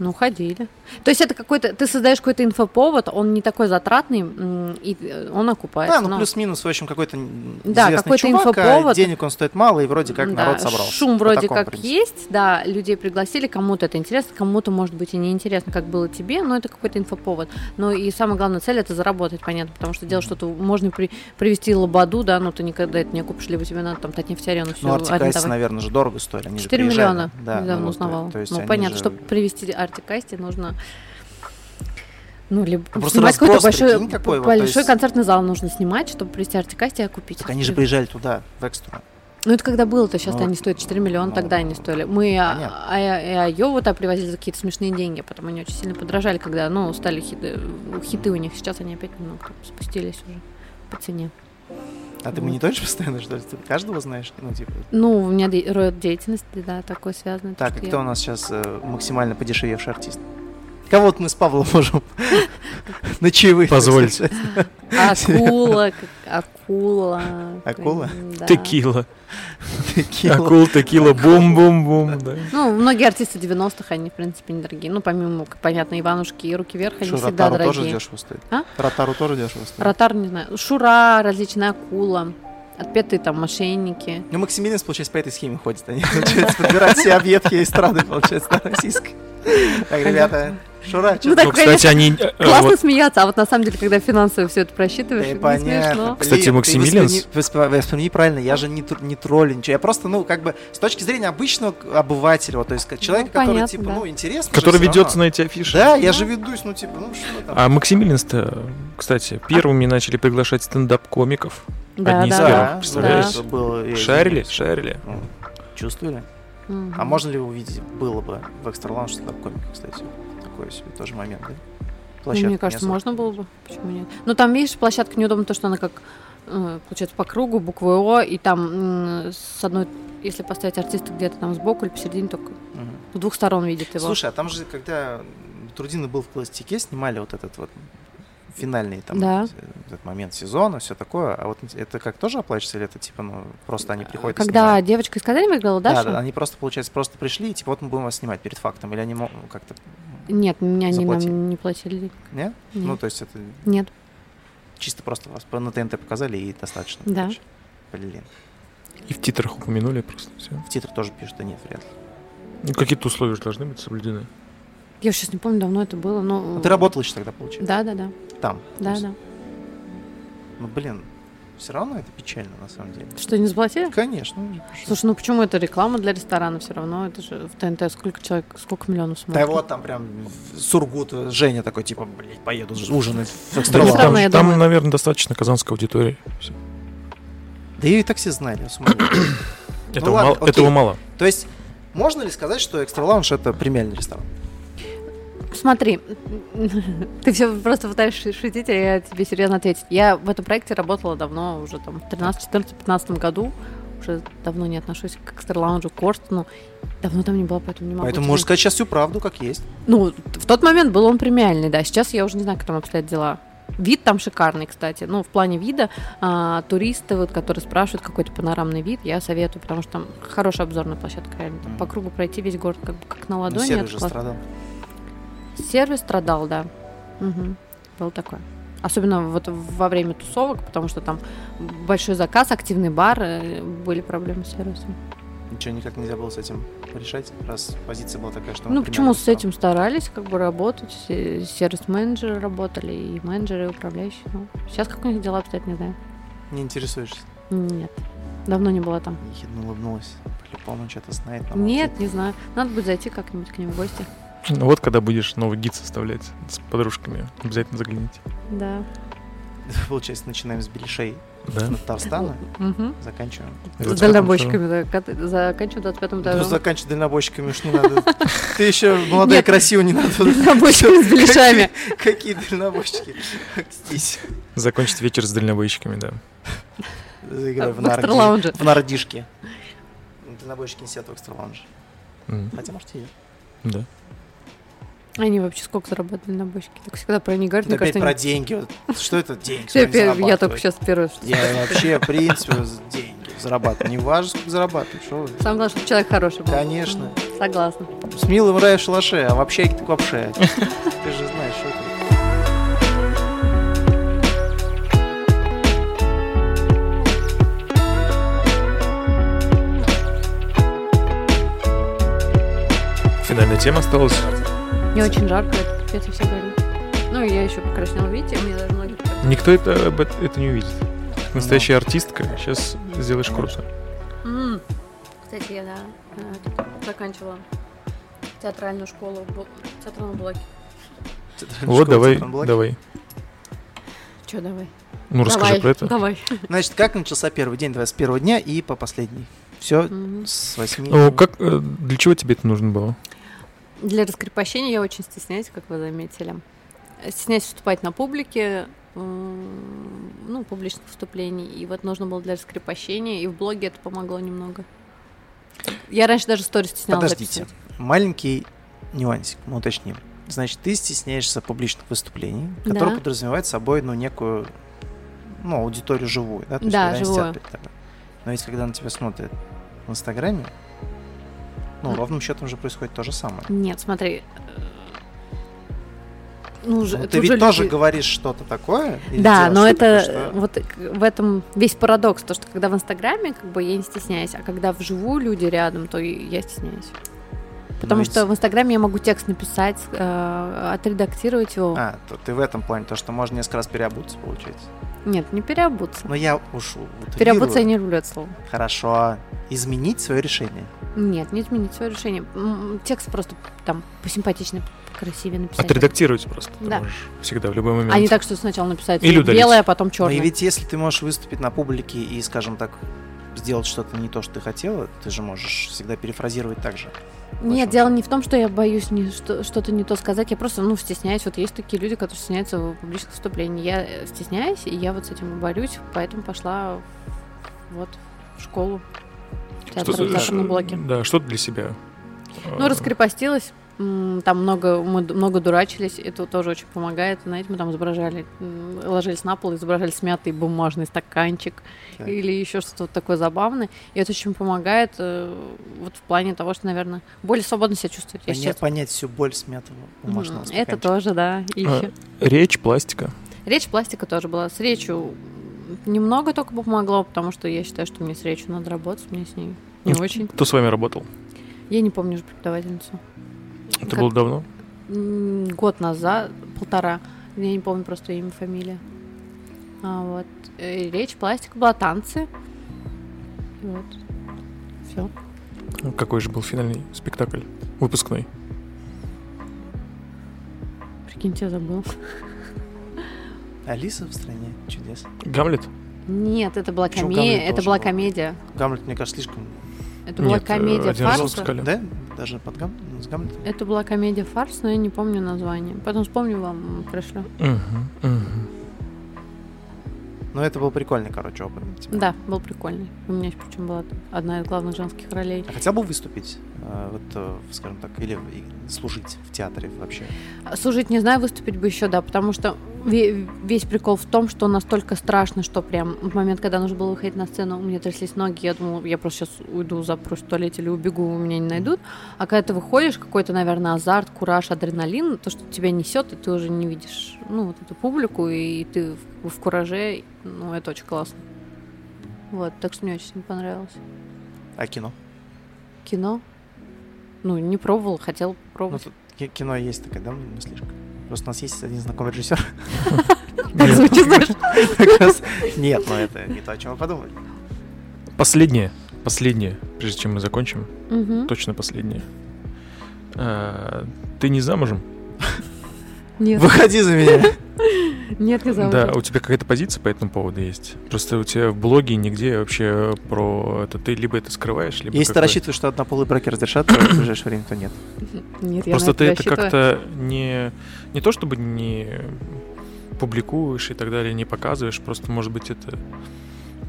Speaker 3: Ну, ходили. То есть это какой-то, ты создаешь какой-то инфоповод, он не такой затратный, м, и э, он окупается.
Speaker 1: Да, ну
Speaker 3: но-
Speaker 1: плюс-минус, в общем, какой-то н-
Speaker 3: Да,
Speaker 1: известный
Speaker 3: какой-то
Speaker 1: чувак,
Speaker 3: инфоповод.
Speaker 1: а денег он стоит мало, и вроде как
Speaker 3: Да,
Speaker 1: народ собрал.
Speaker 3: Шум вроде как есть, да, людей пригласили, кому-то это интересно, кому-то, может быть, и неинтересно, как было тебе, но это какой-то инфоповод. Но и самая главная цель это заработать, понятно, потому что делать что-то можно при- привести лабаду, да, но ты никогда это не купишь, либо тебе надо там Татьяне Втярину все
Speaker 1: Ну, Артикайсы, наверное, же дорого стоили. Они же
Speaker 3: 4
Speaker 1: приезжали.
Speaker 3: миллиона
Speaker 1: Да,
Speaker 3: недавно
Speaker 1: ну вот,
Speaker 3: узнавала.
Speaker 1: то есть
Speaker 3: ну,
Speaker 1: они
Speaker 3: понятно,
Speaker 1: же-
Speaker 3: чтобы привести артикасти, нужно ну, либо
Speaker 1: Ну, просто
Speaker 3: снимать какой-то
Speaker 1: разброс,
Speaker 3: большой,
Speaker 1: прикинь, какой вот, то
Speaker 3: большой
Speaker 1: есть-
Speaker 3: концертный зал нужно снимать, чтобы привести артикасти и окупить.
Speaker 1: Так
Speaker 3: это
Speaker 1: они же
Speaker 3: всё.
Speaker 1: приезжали туда, в экстру.
Speaker 3: Ну, это когда было-то, сейчас
Speaker 1: Ну,
Speaker 3: они стоят 4 миллиона,
Speaker 1: ну,
Speaker 3: тогда они стоили. Мы
Speaker 1: понятно.
Speaker 3: а- а- Айову туда привозили за какие-то смешные деньги, потом они очень сильно подражали, когда, ну, стали хиты, хиты у них, сейчас они опять немного там спустились уже по цене.
Speaker 1: А ты
Speaker 3: Вот.
Speaker 1: мониторишь постоянно, что ли? Ты каждого знаешь? Ну, типа...
Speaker 3: Ну, у меня де- род деятельности, да, такой связанный. то,
Speaker 1: Так, и
Speaker 3: что
Speaker 1: кто
Speaker 3: я-
Speaker 1: у нас сейчас максимально подешевевший артист? Кого вот мы с Павлом можем на чаевые? так
Speaker 2: Позвольте.
Speaker 1: сказать?
Speaker 3: Акула, как- акула.
Speaker 1: Акула?
Speaker 3: Да.
Speaker 2: Текила.
Speaker 1: Такие вот.
Speaker 2: Акул, текила, бум-бум-бум. да.
Speaker 3: Ну, многие артисты 90-х, они, в принципе, недорогие. Ну, помимо, к- понятно, Иванушки и Руки Вверх, они
Speaker 1: Что,
Speaker 3: всегда
Speaker 1: Ротару тоже
Speaker 3: дорогие.
Speaker 1: дешево стоит?
Speaker 3: А?
Speaker 1: Ротару тоже дешево стоит?
Speaker 3: Ротар, не знаю, Шура, различные Акула, отпетые там мошенники.
Speaker 1: Ну, Максимилиан, получается, по этой схеме ходит. Они, получается, подбирают все объедки и страны, получается, на российской. Так, ребята, Шура,
Speaker 3: Ну,
Speaker 1: чё-
Speaker 2: Ну, кстати, они... э, э,
Speaker 3: Классно
Speaker 2: вот
Speaker 3: смеяться, а вот на самом деле, когда финансово все это просчитываешь,
Speaker 1: Да и
Speaker 3: не
Speaker 1: понятно.
Speaker 3: смешно.
Speaker 1: Блин,
Speaker 2: Кстати,
Speaker 1: ты
Speaker 2: Максимилианс-
Speaker 1: воспри- воспри- Воспринимай правильно, я же не, тр- не троллю, ничего. Я просто, ну, как бы, с точки зрения обычного к- обывателя, вот, то есть, как человека, который,
Speaker 3: Ну, понятно,
Speaker 1: типа,
Speaker 3: да.
Speaker 1: ну, интересно. же
Speaker 2: Который
Speaker 1: всё
Speaker 2: ведется
Speaker 1: равно.
Speaker 2: на эти афиши.
Speaker 1: Да, я же ведусь, ну, типа, ну, что там.
Speaker 2: А Максимилинс-то, кстати, первыми начали приглашать стендап-комиков.
Speaker 3: Да,
Speaker 2: Одни из
Speaker 3: да,
Speaker 2: первых,
Speaker 3: да.
Speaker 2: представляешь?
Speaker 1: это было, я
Speaker 2: Шарили,
Speaker 1: извиняюсь.
Speaker 2: шарили.
Speaker 1: Ну, Чувствовали?
Speaker 3: Мгм.
Speaker 1: А можно ли увидеть, было бы в экстра лаунж стендап комика, кстати? Такой себе тоже момент, да?
Speaker 3: Ну,
Speaker 1: Площадка
Speaker 3: мне
Speaker 1: не
Speaker 3: кажется,
Speaker 1: особо.
Speaker 3: можно было бы. Почему нет? Ну, там, видишь, площадка неудобна, то, что она как, э, получается, по кругу, буквы О, и там м, с одной, если поставить артиста где-то там сбоку или посередине, только
Speaker 1: Мгм.
Speaker 3: с двух сторон видит его.
Speaker 1: Слушай, а там же, когда м, Трудина был в холостяке, снимали вот этот вот финальный там
Speaker 3: Да.
Speaker 1: э, этот момент сезона, все такое. А вот это как тоже оплачивается или это типа ну просто они приходят? и
Speaker 3: Когда
Speaker 1: снимают?
Speaker 3: девочка из Казани выиграла,
Speaker 1: да,
Speaker 3: Даша?
Speaker 1: да, они просто получается просто пришли и типа вот мы будем вас снимать перед фактом или они мо- как-то
Speaker 3: Нет, меня они
Speaker 1: Заплатили.
Speaker 3: нам не платили. денег.
Speaker 1: не? Ну
Speaker 3: Нет.
Speaker 1: то есть это
Speaker 3: Нет.
Speaker 1: чисто просто вас по- на ТНТ показали и достаточно.
Speaker 3: Да.
Speaker 1: короче. Блин.
Speaker 2: И в титрах упомянули просто все.
Speaker 1: В титрах тоже пишут, да нет, вряд ли.
Speaker 2: Ну, какие-то условия же должны быть соблюдены.
Speaker 3: Я сейчас не помню, давно это было.
Speaker 1: А
Speaker 3: Но...
Speaker 1: Ну, ты работал еще тогда, получается?
Speaker 3: Да, да, да.
Speaker 1: Там.
Speaker 3: Да,
Speaker 1: То есть,
Speaker 3: да.
Speaker 1: Ну блин. Все равно это печально, на самом деле. Ну,
Speaker 3: Что, не заплатили?
Speaker 1: Конечно.
Speaker 3: Слушай, ну почему это реклама для ресторана все равно? Это же в ТНТ сколько человек, сколько миллионов смотрит?
Speaker 1: Да вот там прям в Сургут Женя такой, типа, блядь, поеду ж- ужинать в
Speaker 2: Там,
Speaker 1: Экстралаб.
Speaker 3: Да
Speaker 2: там,
Speaker 3: я думаю.
Speaker 2: наверное, достаточно казанской аудитории.
Speaker 1: Ну Да ее и так все знали. смотри.
Speaker 2: Этого,
Speaker 1: ладно,
Speaker 2: мало,
Speaker 1: окей.
Speaker 2: этого мало.
Speaker 1: То есть, можно ли сказать, что Экстра Лаунж это премиальный ресторан?
Speaker 3: Смотри, ты все просто пытаешься шутить, а я тебе серьезно ответить. Я в этом проекте работала давно, уже там в 13, 14, 15 году. Уже давно не отношусь к экстралаунжу, к Корстену. Давно там не была, поэтому не могу.
Speaker 1: Поэтому
Speaker 3: тебе-
Speaker 1: можно сказать сейчас всю правду, как есть.
Speaker 3: Ну, в тот момент был он премиальный, да. Сейчас я уже не знаю, как там обстоят дела. Вид там шикарный, кстати. Ну, в плане вида а, туристы, вот, которые спрашивают какой-то панорамный вид, я советую, потому что там хорошая обзорная площадка. Реально. Там
Speaker 1: Мгм.
Speaker 3: по кругу пройти весь город как, бы как на
Speaker 1: Но
Speaker 3: ладони.
Speaker 1: серый
Speaker 3: это
Speaker 1: же
Speaker 3: классно.
Speaker 1: страдал.
Speaker 3: Сервис страдал, да. Мгм. Было такое. Особенно вот во время тусовок, потому что там большой заказ, активный бар, э, были проблемы с сервисом.
Speaker 1: Ничего никак нельзя было с этим решать, раз позиция была такая, что... он
Speaker 3: ну,
Speaker 1: премиальный
Speaker 3: почему с этим старались как бы работать, э, сервис-менеджеры работали, и менеджеры, и управляющие. Ну, сейчас как у них дела обстоят, не знаю.
Speaker 1: ресторан? Не интересуешься?
Speaker 3: Нет, давно не была там.
Speaker 1: Ехидно улыбнулась. По-любому что-то знает. но
Speaker 3: Нет, не знаю. Надо будет зайти как-нибудь к ним в гости.
Speaker 2: Ну, вот когда будешь новый гид составлять с подружками, обязательно загляните.
Speaker 3: Да.
Speaker 1: молчит. Получается, начинаем с беляшей
Speaker 2: Да.
Speaker 1: на Татарстана,
Speaker 3: Мгм.
Speaker 1: заканчиваем.
Speaker 3: С дальнобойщиками, да. кат- Заканчиваю 25
Speaker 1: Ну,
Speaker 3: этажом.
Speaker 1: заканчивай дальнобойщиками уж не надо. Ты еще молодая,
Speaker 3: Нет.
Speaker 1: красивая, не надо.
Speaker 3: Дальнобойщиками с беляшами.
Speaker 1: Какие какие дальнобойщики? Здесь.
Speaker 2: Закончить вечер с дальнобойщиками, да.
Speaker 1: Заиграю в
Speaker 3: В
Speaker 1: нарди-
Speaker 3: экстралаунже.
Speaker 1: В нардишке. Дальнобойщики не сидят в экстралаунже.
Speaker 2: М,
Speaker 1: Хотя, может, и есть.
Speaker 2: Да.
Speaker 3: Они вообще сколько зарабатывали на бочке? Так всегда про них говорят,
Speaker 1: Ты
Speaker 3: мне
Speaker 1: опять
Speaker 3: кажется,
Speaker 1: про
Speaker 3: они-
Speaker 1: деньги. Вот Что это деньги? Что
Speaker 3: Ну, Я,
Speaker 1: они
Speaker 3: пе- я только
Speaker 1: зарабатывают?
Speaker 3: сейчас первый. что-
Speaker 1: Я вообще, в принципе, з- деньги зарабатываю. Не важно, сколько зарабатываю. Что вы.
Speaker 3: Самое главное, чтобы человек хороший был.
Speaker 1: Конечно.
Speaker 3: Согласна.
Speaker 1: С милым рай в шалаше, а вообще так вообще. Ты же знаешь, что это.
Speaker 2: Финальная тема осталась.
Speaker 3: Мне очень жарко, это капец, я все говорю. Ну, и я еще покраснела, видите, мне даже ноги...
Speaker 2: Никто это, об эт- это не увидит. Настоящая
Speaker 1: Ну.
Speaker 2: артистка. Сейчас сделаешь круто.
Speaker 3: М. Кстати, я, да, э, тут заканчивала театральную школу в Бу- в театральном блоке.
Speaker 2: Вот, давай,
Speaker 1: Центральный
Speaker 2: давай.
Speaker 3: Че, давай?
Speaker 2: Ну, расскажи
Speaker 3: давай,
Speaker 2: про это.
Speaker 3: Давай.
Speaker 1: Значит, как начался первый день 21 дня и по последний? Все
Speaker 3: Мгм.
Speaker 1: с 8.
Speaker 2: Ну, как, э, для чего тебе это нужно было?
Speaker 3: Для раскрепощения я очень стесняюсь, как вы заметили. Стесняюсь выступать на публике, м, ну, публичных выступлений. И вот нужно было для раскрепощения, и в блоге это помогло немного. Я раньше даже сторис стеснялась.
Speaker 1: Подождите. Маленький нюансик, мы уточним. Значит, ты стесняешься публичных выступлений, которые
Speaker 3: Да.
Speaker 1: подразумевают собой ну, некую ну, аудиторию живую. Да, То есть,
Speaker 3: Да,
Speaker 1: когда они сидят
Speaker 3: живую.
Speaker 1: перед тобой. Но ведь когда на тебя смотрят в Инстаграме, ну,
Speaker 3: М.
Speaker 1: ровным счетом же происходит то же самое.
Speaker 3: Нет, смотри. э, Ну, уже-
Speaker 1: Ну,
Speaker 3: тут
Speaker 1: ты ведь
Speaker 3: же
Speaker 1: тоже
Speaker 3: люди-
Speaker 1: говоришь что-то такое? или
Speaker 3: Да,
Speaker 1: делаешь
Speaker 3: но
Speaker 1: что-то,
Speaker 3: это
Speaker 1: что-
Speaker 3: вот к- в этом весь парадокс, то что когда в Инстаграме, как бы я не стесняюсь, а когда вживую люди рядом, то и я стесняюсь. Потому
Speaker 1: Ну,
Speaker 3: что в Инстаграме я могу текст написать, э, отредактировать его.
Speaker 1: А, то ты в этом плане, то, что можно несколько раз переобуться, получается.
Speaker 3: Нет, не переобуться.
Speaker 1: Но я уж утрирую.
Speaker 3: Переобуться я не люблю это слово.
Speaker 1: Хорошо. Изменить свое решение.
Speaker 3: Нет, не изменить свое решение. М, Текст просто там посимпатичнее, красивее написать.
Speaker 2: Отредактировать просто. ты
Speaker 3: Да.
Speaker 2: можешь Всегда, в любой
Speaker 3: А не
Speaker 2: момент.
Speaker 3: так, что сначала написать
Speaker 2: Или удалить.
Speaker 3: белое, а потом черное.
Speaker 1: Но и ведь если ты можешь выступить на публике и, скажем так, сделать что-то не то, что ты хотела, ты же можешь всегда перефразировать так же. А
Speaker 3: Нет,
Speaker 1: Почему?
Speaker 3: дело не в том, что я боюсь не, что, что-то не то сказать. Я просто, ну, стесняюсь. Вот есть такие люди, которые стесняются в публичных выступлений. Я э, стесняюсь, и я вот с этим борюсь, поэтому пошла в- вот в школу театра
Speaker 2: Что-
Speaker 3: в театрном блоке.
Speaker 2: Да, что для себя.
Speaker 3: Ну,
Speaker 2: Э,
Speaker 3: раскрепостилась. М, Там много, мы д- много дурачились, это тоже очень помогает. Знаете, мы там изображали, м, ложились на пол, и изображали смятый бумажный стаканчик
Speaker 1: Так.
Speaker 3: или еще что-то такое забавное. И это очень помогает э, вот в плане того, что, наверное, более свободно себя чувствует. Я
Speaker 1: Поня-
Speaker 3: сейчас
Speaker 1: понять всю боль смятого бумажного
Speaker 3: М,
Speaker 1: стаканчика.
Speaker 3: Это тоже, да. и
Speaker 2: А.
Speaker 3: ещё.
Speaker 2: Речь, пластика.
Speaker 3: Речь пластика тоже была. С речью немного только помогло, потому что я считаю, что мне с речью надо работать, мне с ней не
Speaker 2: Ну,
Speaker 3: очень.
Speaker 2: Кто с вами работал?
Speaker 3: Я не помню же преподавательницу.
Speaker 2: Это
Speaker 3: Как-
Speaker 2: было давно?
Speaker 3: М, Год назад, полтора. Я не помню просто имя, фамилия. А, вот. И речь, пластик, была танцы. И Вот. Все.
Speaker 2: Ну, Какой же был финальный спектакль? Выпускной.
Speaker 3: Прикиньте, я забыл.
Speaker 1: Алиса в стране чудес.
Speaker 2: Гамлет?
Speaker 3: Нет, это была
Speaker 1: Почему
Speaker 3: комедия.
Speaker 1: Гамлет
Speaker 3: Это
Speaker 1: тоже
Speaker 3: была
Speaker 1: был?
Speaker 3: комедия.
Speaker 1: Гамлет, мне кажется, слишком...
Speaker 3: Это была
Speaker 2: Нет, э,
Speaker 3: комедия
Speaker 2: «Один раз в
Speaker 3: фарса.
Speaker 2: Скале».
Speaker 1: Да? Даже под Гам... ну, с Гамлетом?
Speaker 3: Это была комедия фарс, но я не помню название. Потом вспомню вам м, пришлю.
Speaker 2: Мгм, мгм.
Speaker 1: Но это был прикольный, короче, опыт.
Speaker 3: Да, был прикольный. У меня причем была одна из главных женских ролей.
Speaker 1: А хотел бы выступить, э, вот, э, скажем так, или в- и служить в театре вообще?
Speaker 3: А, Слушать не знаю, выступить бы еще, да, потому что ве- весь прикол в том, что настолько страшно, что прям в момент, когда нужно было выходить на сцену, у меня тряслись ноги, я думала, я просто сейчас уйду, запрусь в туалете или убегу, меня не найдут. А когда ты выходишь, какой-то, наверное, азарт, кураж, адреналин, то, что тебя несет, и ты уже не видишь, ну, вот эту публику, и ты в, в кураже, ну, это очень классно. Вот, так что мне очень понравилось.
Speaker 1: А кино?
Speaker 3: Кино? Ну, не пробовала, хотела
Speaker 1: Ну,
Speaker 3: попробовать.
Speaker 1: тут ки- кино есть такая, да, мыслишка? Просто у нас есть один знакомый режиссер.
Speaker 3: так
Speaker 2: Нет.
Speaker 3: звучит, знаешь,
Speaker 1: как раз. Нет, но это не то, о чем мы подумали.
Speaker 2: Последнее. Последнее, прежде чем мы закончим.
Speaker 3: Мгм.
Speaker 2: Точно последнее. А, Ты не замужем?
Speaker 3: Нет,
Speaker 1: Выходи за меня.
Speaker 3: нет, не
Speaker 2: Да,
Speaker 3: замужем.
Speaker 2: у тебя какая-то позиция по этому поводу есть? Просто у тебя в блоге нигде вообще про это. Ты либо это скрываешь, либо...
Speaker 1: Если ты
Speaker 2: как-то-
Speaker 1: рассчитываешь, что однополые браки разрешат, то в ближайшее время то нет.
Speaker 3: Нет, я на
Speaker 2: Просто
Speaker 3: это
Speaker 2: ты это
Speaker 3: рассчитываю.
Speaker 2: как-то не... Не то чтобы не публикуешь и так далее, не показываешь, просто, может быть, это...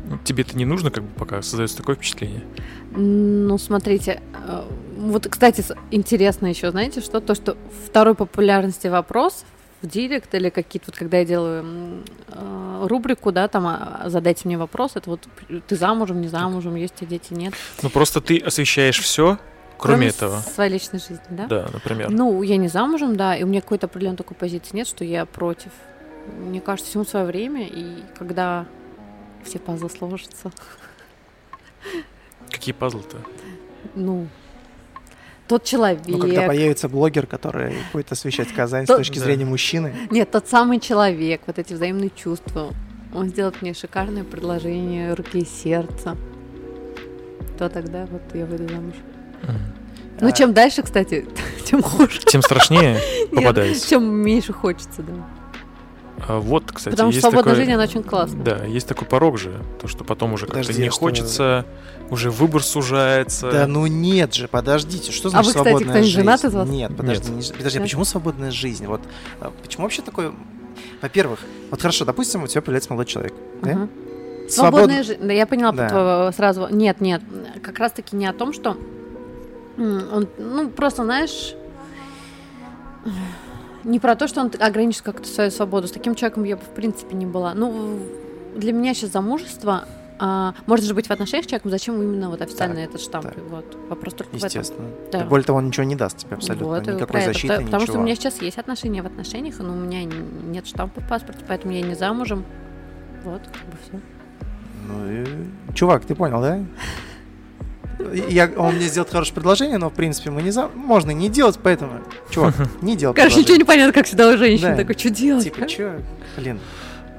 Speaker 2: ну, Тебе это не нужно, как бы пока создается такое впечатление.
Speaker 3: Ну, смотрите, э, вот, кстати, с- интересно еще, знаете, что то, что второй популярности вопрос в директ или какие-то, вот когда я делаю м, э, рубрику, да, там, а, задайте мне вопрос, это вот ты замужем, не замужем, есть у тебя дети, нет.
Speaker 2: Ну, просто ты освещаешь все, кроме этого.
Speaker 3: Своей личной жизни, да?
Speaker 2: Да, например.
Speaker 3: Ну, я не замужем, да, и у меня какой-то определенной такой позиции нет, что я против. Мне кажется, всему свое время, и когда все пазлы сложатся,
Speaker 2: Какие пазлы-то?
Speaker 3: ну, тот человек,
Speaker 1: Ну, когда появится блогер, который будет освещать Казань с
Speaker 3: То-
Speaker 1: точки
Speaker 2: Да.
Speaker 1: зрения мужчины,
Speaker 3: Нет, тот самый человек, вот эти взаимные чувства. Он сделает мне шикарное предложение руки и сердца. То тогда вот я выйду замуж.
Speaker 1: А.
Speaker 3: Ну, чем дальше, кстати, тем хуже.
Speaker 2: Тем страшнее попадаюсь.
Speaker 3: Чем меньше хочется, да.
Speaker 2: А Вот, кстати,
Speaker 3: Потому что
Speaker 2: есть
Speaker 3: свободная
Speaker 2: такой-
Speaker 3: жизнь, она очень классная.
Speaker 2: Да, есть такой порог же, то, что потом уже как-то
Speaker 1: Подожди,
Speaker 2: не
Speaker 1: а что-
Speaker 2: хочется, уже выбор сужается.
Speaker 1: Да ну нет же, подождите, что
Speaker 3: А
Speaker 1: значит
Speaker 3: вы, кстати,
Speaker 1: свободная
Speaker 3: кто-нибудь
Speaker 1: жизнь?
Speaker 3: женат из вас?
Speaker 1: Нет, подожди,
Speaker 2: Нет.
Speaker 1: не ж- подожди, а
Speaker 3: Да.
Speaker 1: почему свободная жизнь? Вот а, почему вообще такое? Во-первых, вот хорошо, допустим, у тебя появляется молодой человек, да?
Speaker 3: Ага.
Speaker 1: Свобод-
Speaker 3: Свободная жизнь. Да, я поняла
Speaker 1: Да.
Speaker 3: твоего сразу. Нет, нет, как раз таки не о том, что м, он, ну, просто, знаешь, не про то, что он ограничит как-то свою свободу. С таким человеком я бы, в принципе, не была. Ну, для меня сейчас замужество, а, можно же быть в отношениях с человеком, зачем именно вот официально этот штамп?
Speaker 1: так.
Speaker 3: Вот. Вопрос только в этом.
Speaker 1: естественно.
Speaker 3: Да.
Speaker 1: И Более того, он ничего не даст тебе абсолютно,
Speaker 3: Вот, и про
Speaker 1: никакой
Speaker 3: это.
Speaker 1: защиты,
Speaker 3: Пта- Потому
Speaker 1: ничего.
Speaker 3: что у меня сейчас есть отношения в отношениях, но у меня н- нет штампа в паспорте, поэтому я не замужем. Вот, как бы все.
Speaker 1: Ну и- Чувак, ты понял, да? Я, он мне сделал хорошее предложение, но в принципе мы не за, можно и не делать, поэтому, чувак, не делай
Speaker 3: Короче, ничего
Speaker 1: предложение.
Speaker 3: не понятно, как всегда у женщин.
Speaker 1: Да.
Speaker 3: Такой, что делать?
Speaker 1: Типа, чё, блин,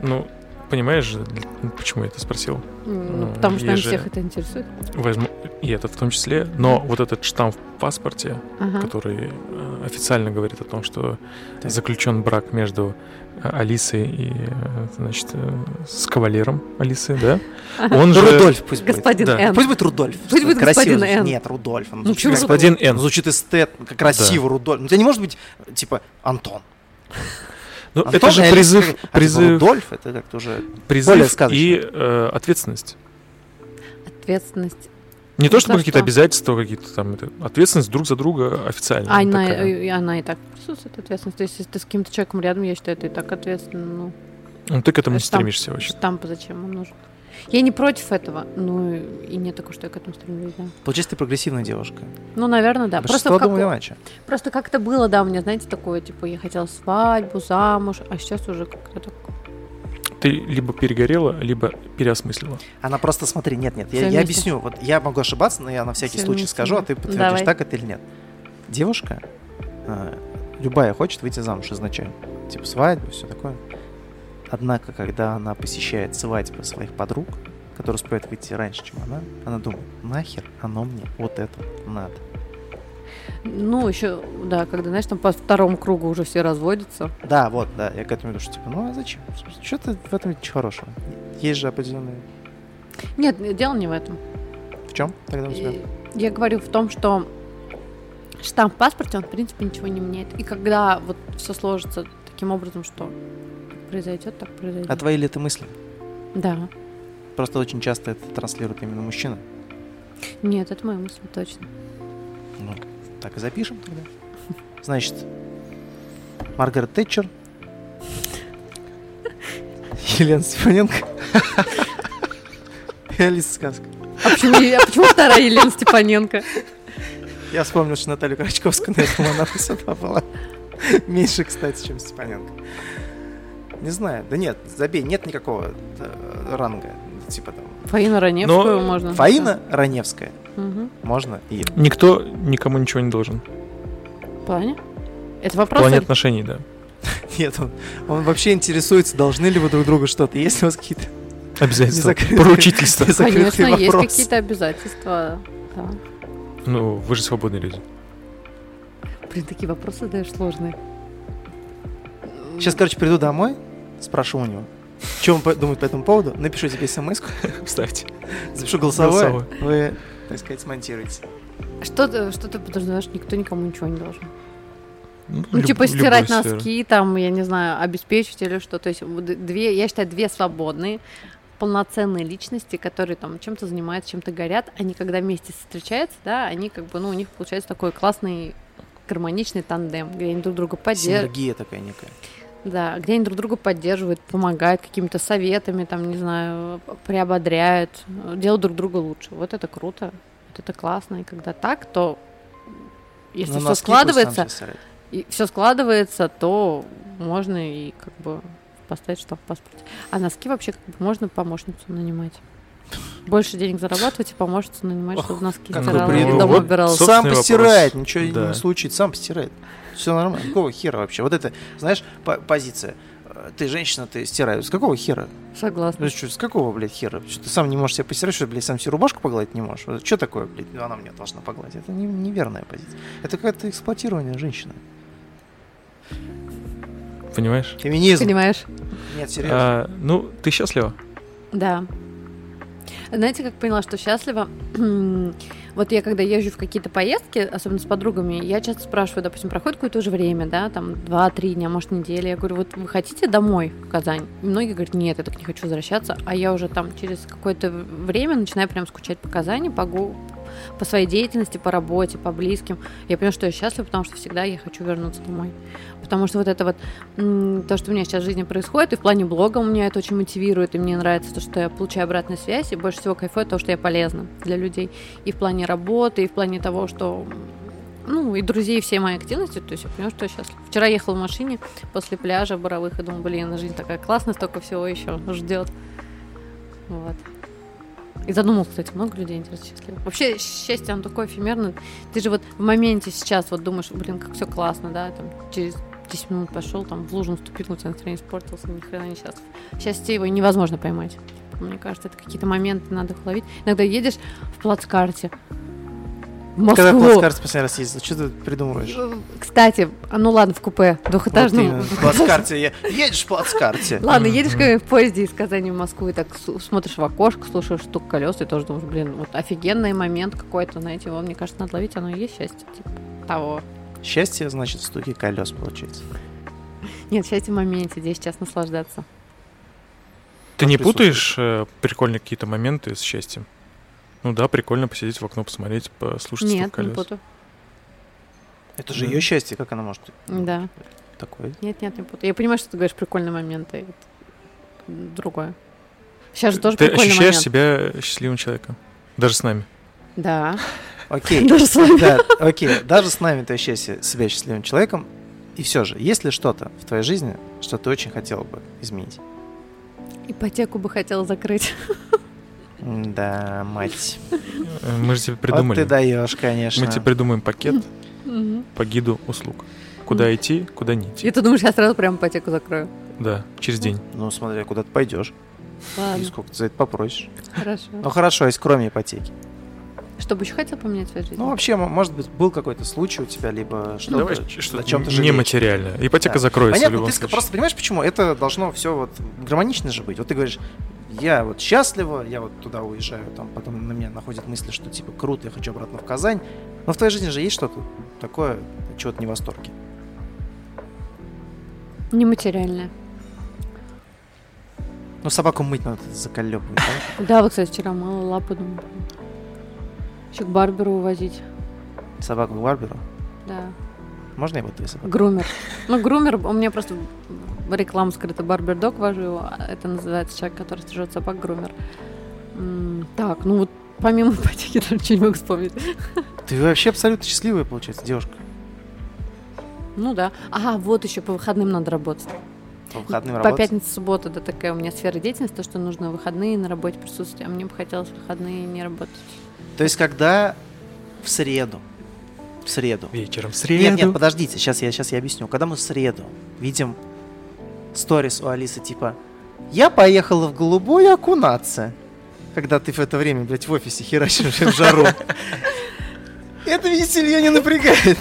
Speaker 2: Ну, понимаешь, же, для- почему я это спросил?
Speaker 3: Ну,
Speaker 2: Ну,
Speaker 3: потому что нам
Speaker 2: есть же-
Speaker 3: всех это интересует.
Speaker 2: Возьму и этот в том числе, но вот этот штамп в паспорте,
Speaker 3: Ага.
Speaker 2: который э, официально говорит о том, что
Speaker 1: Так.
Speaker 2: заключен брак между э, Алисой и, э, значит, э, с кавалером Алисы, да? Он же...
Speaker 1: Рудольф пусть будет.
Speaker 3: Господин
Speaker 2: Да.
Speaker 3: Н.
Speaker 1: Пусть будет Рудольф.
Speaker 3: Пусть будет
Speaker 1: Красиво
Speaker 3: господин
Speaker 1: звучит.
Speaker 3: Н.
Speaker 1: Нет, Рудольф. он
Speaker 3: Ну,
Speaker 1: звучит
Speaker 3: чё
Speaker 1: как
Speaker 3: вы-
Speaker 2: Господин
Speaker 1: Он
Speaker 2: Н.
Speaker 1: звучит эстет, как красиво, Рудольф. Ну, у тебя не может быть, э, типа, Антон.
Speaker 2: Ну,
Speaker 1: Антон
Speaker 2: это же
Speaker 1: или-
Speaker 2: призыв,
Speaker 1: а, типа,
Speaker 2: призыв,
Speaker 1: Рудольф, это как-то уже... более
Speaker 2: призыв
Speaker 1: сказочно.
Speaker 2: и э, ответственность.
Speaker 3: Ответственность.
Speaker 2: Не то чтобы
Speaker 3: За
Speaker 2: какие-то
Speaker 3: что?
Speaker 2: обязательства, какие-то там это, ответственность друг за друга официально. Ну,
Speaker 3: А она,
Speaker 2: такая.
Speaker 3: и- и она и так присутствует, ответственность. То есть, если ты с каким-то человеком рядом, я считаю, это и так ответственно. Ну,
Speaker 2: Ну ты к этому не
Speaker 3: штамп.
Speaker 2: стремишься вообще.
Speaker 3: штампа зачем он нужен? Я не против этого, ну и и не такого, что я к этому стремлюсь, да.
Speaker 1: Получается, ты прогрессивная девушка.
Speaker 3: Ну, наверное, да.
Speaker 1: Да
Speaker 3: Просто,
Speaker 1: что
Speaker 3: как-
Speaker 1: думал иначе?
Speaker 3: просто как-то было, да, у меня, знаете, такое, типа, я хотела свадьбу, замуж, а сейчас уже как-то так.
Speaker 2: Ты либо перегорела, либо переосмыслила.
Speaker 1: Она просто, смотри, нет-нет, я,
Speaker 3: Всё
Speaker 1: я
Speaker 3: вместе.
Speaker 1: объясню. Вот я могу ошибаться, но я на всякий
Speaker 3: Всё
Speaker 1: случай
Speaker 3: вместе,
Speaker 1: скажу,
Speaker 3: да.
Speaker 1: а ты подтвердишь,
Speaker 3: Давай.
Speaker 1: так это или нет. Девушка, э, любая, хочет выйти замуж изначально. Типа свадьбу, все такое. Однако, когда она посещает свадьбы своих подруг, которые успевают выйти раньше, чем она, она думает, нахер оно мне вот это надо.
Speaker 3: Ну, еще, да, когда, знаешь, там по второму кругу уже все разводятся.
Speaker 1: Да, вот, да, я к этому иду, что типа, ну а зачем? Что-то в этом ничего хорошего. Есть же определенные...
Speaker 3: Нет, дело не в этом.
Speaker 1: В чем тогда у тебя?
Speaker 3: И Я говорю в том, что штамп в паспорте, он, в принципе, ничего не меняет. И когда вот все сложится таким образом, что произойдет, так произойдет.
Speaker 1: А твои ли это мысли?
Speaker 3: Да.
Speaker 1: Просто очень часто это транслирует именно мужчина.
Speaker 3: Нет, это мои мысли, точно.
Speaker 1: Ну, так и запишем тогда. Значит, Маргарет Тэтчер, Елена Степаненко и Алиса Сказка.
Speaker 3: А почему, я- а почему вторая Елена Степаненко?
Speaker 1: Я вспомнил, что Наталью Крачковскую на этом она высота была. Меньше, кстати, чем Степаненко. Не знаю. Да нет, забей, нет никакого э, ранга. Типа там.
Speaker 3: Фаина
Speaker 2: Но-
Speaker 3: Раневскую можно.
Speaker 1: Фаина Раневская.
Speaker 3: Мгм.
Speaker 1: Можно и...
Speaker 2: Никто никому ничего не должен.
Speaker 3: В плане? Это
Speaker 2: В
Speaker 3: вопрос?
Speaker 2: плане
Speaker 3: или-
Speaker 2: отношений, да.
Speaker 1: Нет, он, он вообще интересуется, должны ли вы друг другу что-то. Есть у вас какие-то
Speaker 2: Обязательства.
Speaker 1: Незакрытые.
Speaker 2: Поручительство.
Speaker 1: закрытый
Speaker 3: Конечно, есть
Speaker 1: вопрос.
Speaker 3: какие-то обязательства. да.
Speaker 2: Ну, вы же свободные люди.
Speaker 3: Блин, такие вопросы задаешь сложные.
Speaker 1: Сейчас, короче, приду домой, спрошу у него, что он по- думает по этому поводу, напишу тебе смс
Speaker 2: Вставьте.
Speaker 1: запишу голосовое,
Speaker 2: Голосовое.
Speaker 1: вы, так сказать, смонтируете.
Speaker 3: Что ты, что ты подразумеваешь, никто никому ничего не должен? Ну,
Speaker 2: люб-
Speaker 3: типа
Speaker 2: любой
Speaker 3: стирать
Speaker 2: сферы.
Speaker 3: носки, там, я не знаю, обеспечить или что. То есть вот д- две, я считаю, две свободные, полноценные личности, которые там чем-то занимаются, чем-то горят, они когда вместе встречаются, да, они как бы, ну, у них получается такой классный гармоничный тандем, где они друг друга поддерживают,
Speaker 1: Синергия такая некая.
Speaker 3: да, где они друг друга поддерживают, помогают какими-то советами, там, не знаю, приободряют, э, делают друг друга лучше. Вот это круто, вот это классно. И когда так, то если
Speaker 1: Ну,
Speaker 3: все
Speaker 1: носки пусть сам
Speaker 3: складывается,
Speaker 1: себе стирает.
Speaker 3: и все складывается, то можно и как бы поставить штамп в паспорте. А носки вообще как бы можно помощницу нанимать. Больше денег зарабатывать и помощницу нанимать, чтобы носки
Speaker 1: какой
Speaker 3: стирала
Speaker 1: бред.
Speaker 3: или
Speaker 1: Ну,
Speaker 3: дома
Speaker 1: вот
Speaker 3: убирала.
Speaker 2: со-
Speaker 1: Сам
Speaker 2: Собственный
Speaker 1: постирает,
Speaker 2: вопрос.
Speaker 1: ничего
Speaker 2: Да.
Speaker 1: не случится, сам постирает. Все нормально. Какого хера вообще? Вот это, знаешь, по- позиция. Э, Ты женщина, ты стираешь. С какого хера? Ну,
Speaker 3: Согласна.
Speaker 1: чё, с какого, блядь, хера? Что ты сам не можешь себя постирать, что, блядь, сам себе рубашку погладить не можешь? Что такое, блядь, ну, она мне должна погладить? Это не- неверная позиция. Это какое-то эксплуатирование женщины.
Speaker 2: Понимаешь?
Speaker 1: Феминизм.
Speaker 3: Понимаешь?
Speaker 1: Нет, серьезно.
Speaker 2: А, ну, ты счастлива?
Speaker 3: Да. Знаете, как поняла, что счастлива? вот я когда езжу в какие-то поездки, особенно с подругами, я часто спрашиваю, допустим, проходит какое-то уже время, да, там 2-3 дня, может, неделя. Я говорю, вот вы хотите домой в Казань? И многие говорят, нет, я так не хочу возвращаться. А я уже там через какое-то время начинаю прям скучать по Казани, по, го- по своей деятельности, по работе, по близким. Я понимаю, что я счастлива, потому что всегда я хочу вернуться домой. Потому что вот это вот, м, то, что у меня сейчас в жизни происходит, и в плане блога у меня это очень мотивирует, и мне нравится то, что я получаю обратную связь, и больше всего кайфую от того, что я полезна для людей. И в плане работы, и в плане того, что м, ну, и друзей, и всей моей активности, то есть я понимаю, что я счастлива. Вчера ехала в машине после пляжа в Боровых и думала, блин, жизнь такая классная, столько всего еще ждет. Вот. И задумал, кстати, много людей интересно счастливых. Вообще, счастье, оно такое эфемерное. Ты же вот в моменте сейчас вот думаешь, блин, как все классно, да, там, через 10 минут пошел, там, в лужу наступил, у тебя настроение испортилось, ни хрена не счастлив. Счастье его невозможно поймать. Типа, Мне кажется, это какие-то моменты надо их ловить. Иногда едешь в плацкарте, в
Speaker 1: Когда в
Speaker 3: Москву.
Speaker 1: плацкарте последний раз ездил, что ты придумываешь?
Speaker 3: Э, Кстати, а ну ладно, в купе двухэтажном.
Speaker 1: Вот именно, в плацкарте. е- Едешь в плацкарте.
Speaker 3: Ладно, едешь как-нибудь в поезде из Казани в Москву и так су- смотришь в окошко, слушаешь стук колес и тоже думаешь, блин, вот офигенный момент какой-то, знаете, его, мне кажется, надо ловить, оно и есть счастье, типа того.
Speaker 1: Счастье, значит, в стуке колес получается.
Speaker 3: Нет, счастье в моменте, здесь сейчас наслаждаться.
Speaker 2: Ты не
Speaker 1: присутствует.
Speaker 2: путаешь э, прикольные какие-то моменты с счастьем? Ну да, прикольно посидеть в окно, посмотреть, послушать стук
Speaker 3: Нет, не
Speaker 2: колес.
Speaker 3: буду.
Speaker 1: Это же
Speaker 2: Да.
Speaker 1: ее счастье, как она может
Speaker 3: Да.
Speaker 1: такое?
Speaker 3: Нет, нет, не буду. Я понимаю, что ты говоришь прикольные моменты. это Другое. Сейчас же тоже
Speaker 2: Ты
Speaker 3: прикольный
Speaker 2: ощущаешь
Speaker 3: момент.
Speaker 2: себя счастливым человеком. Даже с нами.
Speaker 3: Да.
Speaker 1: Окей.
Speaker 3: Даже с вами.
Speaker 1: Да, окей. Даже с нами ты ощущаешь се- себя счастливым человеком. И все же, есть ли что-то в твоей жизни, что ты очень хотела бы изменить?
Speaker 3: Ипотеку бы хотела закрыть.
Speaker 1: Да, мать.
Speaker 2: Э, Мы же тебе
Speaker 1: Вот
Speaker 2: придумали.
Speaker 1: ты даешь, конечно.
Speaker 2: Мы тебе придумаем пакет
Speaker 3: Мгм.
Speaker 2: по гиду услуг. Куда идти, куда не идти.
Speaker 3: И ты думаешь, я сразу прям ипотеку закрою?
Speaker 2: Да, через день.
Speaker 1: Ну, смотря куда ты пойдешь и
Speaker 3: Ладно,
Speaker 1: сколько ты за это попросишь.
Speaker 3: хорошо.
Speaker 1: Ну хорошо, а если кроме ипотеки.
Speaker 3: Что бы еще хотел поменять в своей жизни?
Speaker 1: Ну вообще, м- может быть, был какой-то случай у тебя, либо
Speaker 3: Ну,
Speaker 1: что-то,
Speaker 2: Давай
Speaker 1: о
Speaker 2: что-то
Speaker 1: чем-то
Speaker 2: нематериальное. Ипотека
Speaker 1: Да.
Speaker 2: закроется в
Speaker 1: Понятно,
Speaker 2: любом
Speaker 1: ты
Speaker 2: случае.
Speaker 1: просто понимаешь, почему? Это должно все вот гармонично же быть. Вот ты говоришь, я вот счастлива, я вот туда уезжаю, там потом на меня находят мысли, что типа круто, я хочу обратно в Казань. Но в твоей жизни же есть что-то такое, чего ты не в восторге.
Speaker 3: Нематериальное.
Speaker 1: Ну, собаку мыть надо заколебывать.
Speaker 3: Да, вот, кстати, вчера мало лапы думала. Еще к барберу увозить.
Speaker 1: Собаку к барберу.
Speaker 3: Да.
Speaker 1: Можно я вот две собаки?
Speaker 3: Грумер. Ну, грумер, у меня просто в рекламу скрыта барбер дог вожу его. а Это называется человек, который стрижет собак, грумер. М, Так, ну вот помимо ипотеки даже ничего не могу вспомнить.
Speaker 1: Ты вообще абсолютно счастливая, получается, девушка.
Speaker 3: Ну да. А, вот еще по выходным надо работать.
Speaker 1: По выходным
Speaker 3: По
Speaker 1: работать.
Speaker 3: пятницу, субботу, это такая у меня сфера деятельности, то, что нужно в выходные на работе присутствовать, а мне бы хотелось в выходные не работать.
Speaker 1: То есть, когда в среду, в среду,
Speaker 2: Вечером в среду.
Speaker 1: Нет, нет, подождите, сейчас я, сейчас я объясню. Когда мы в среду видим сторис у Алисы типа «Я поехала в голубую окунаться», когда ты в это время, блядь, в офисе херачишь в жару. Это веселье не напрягает.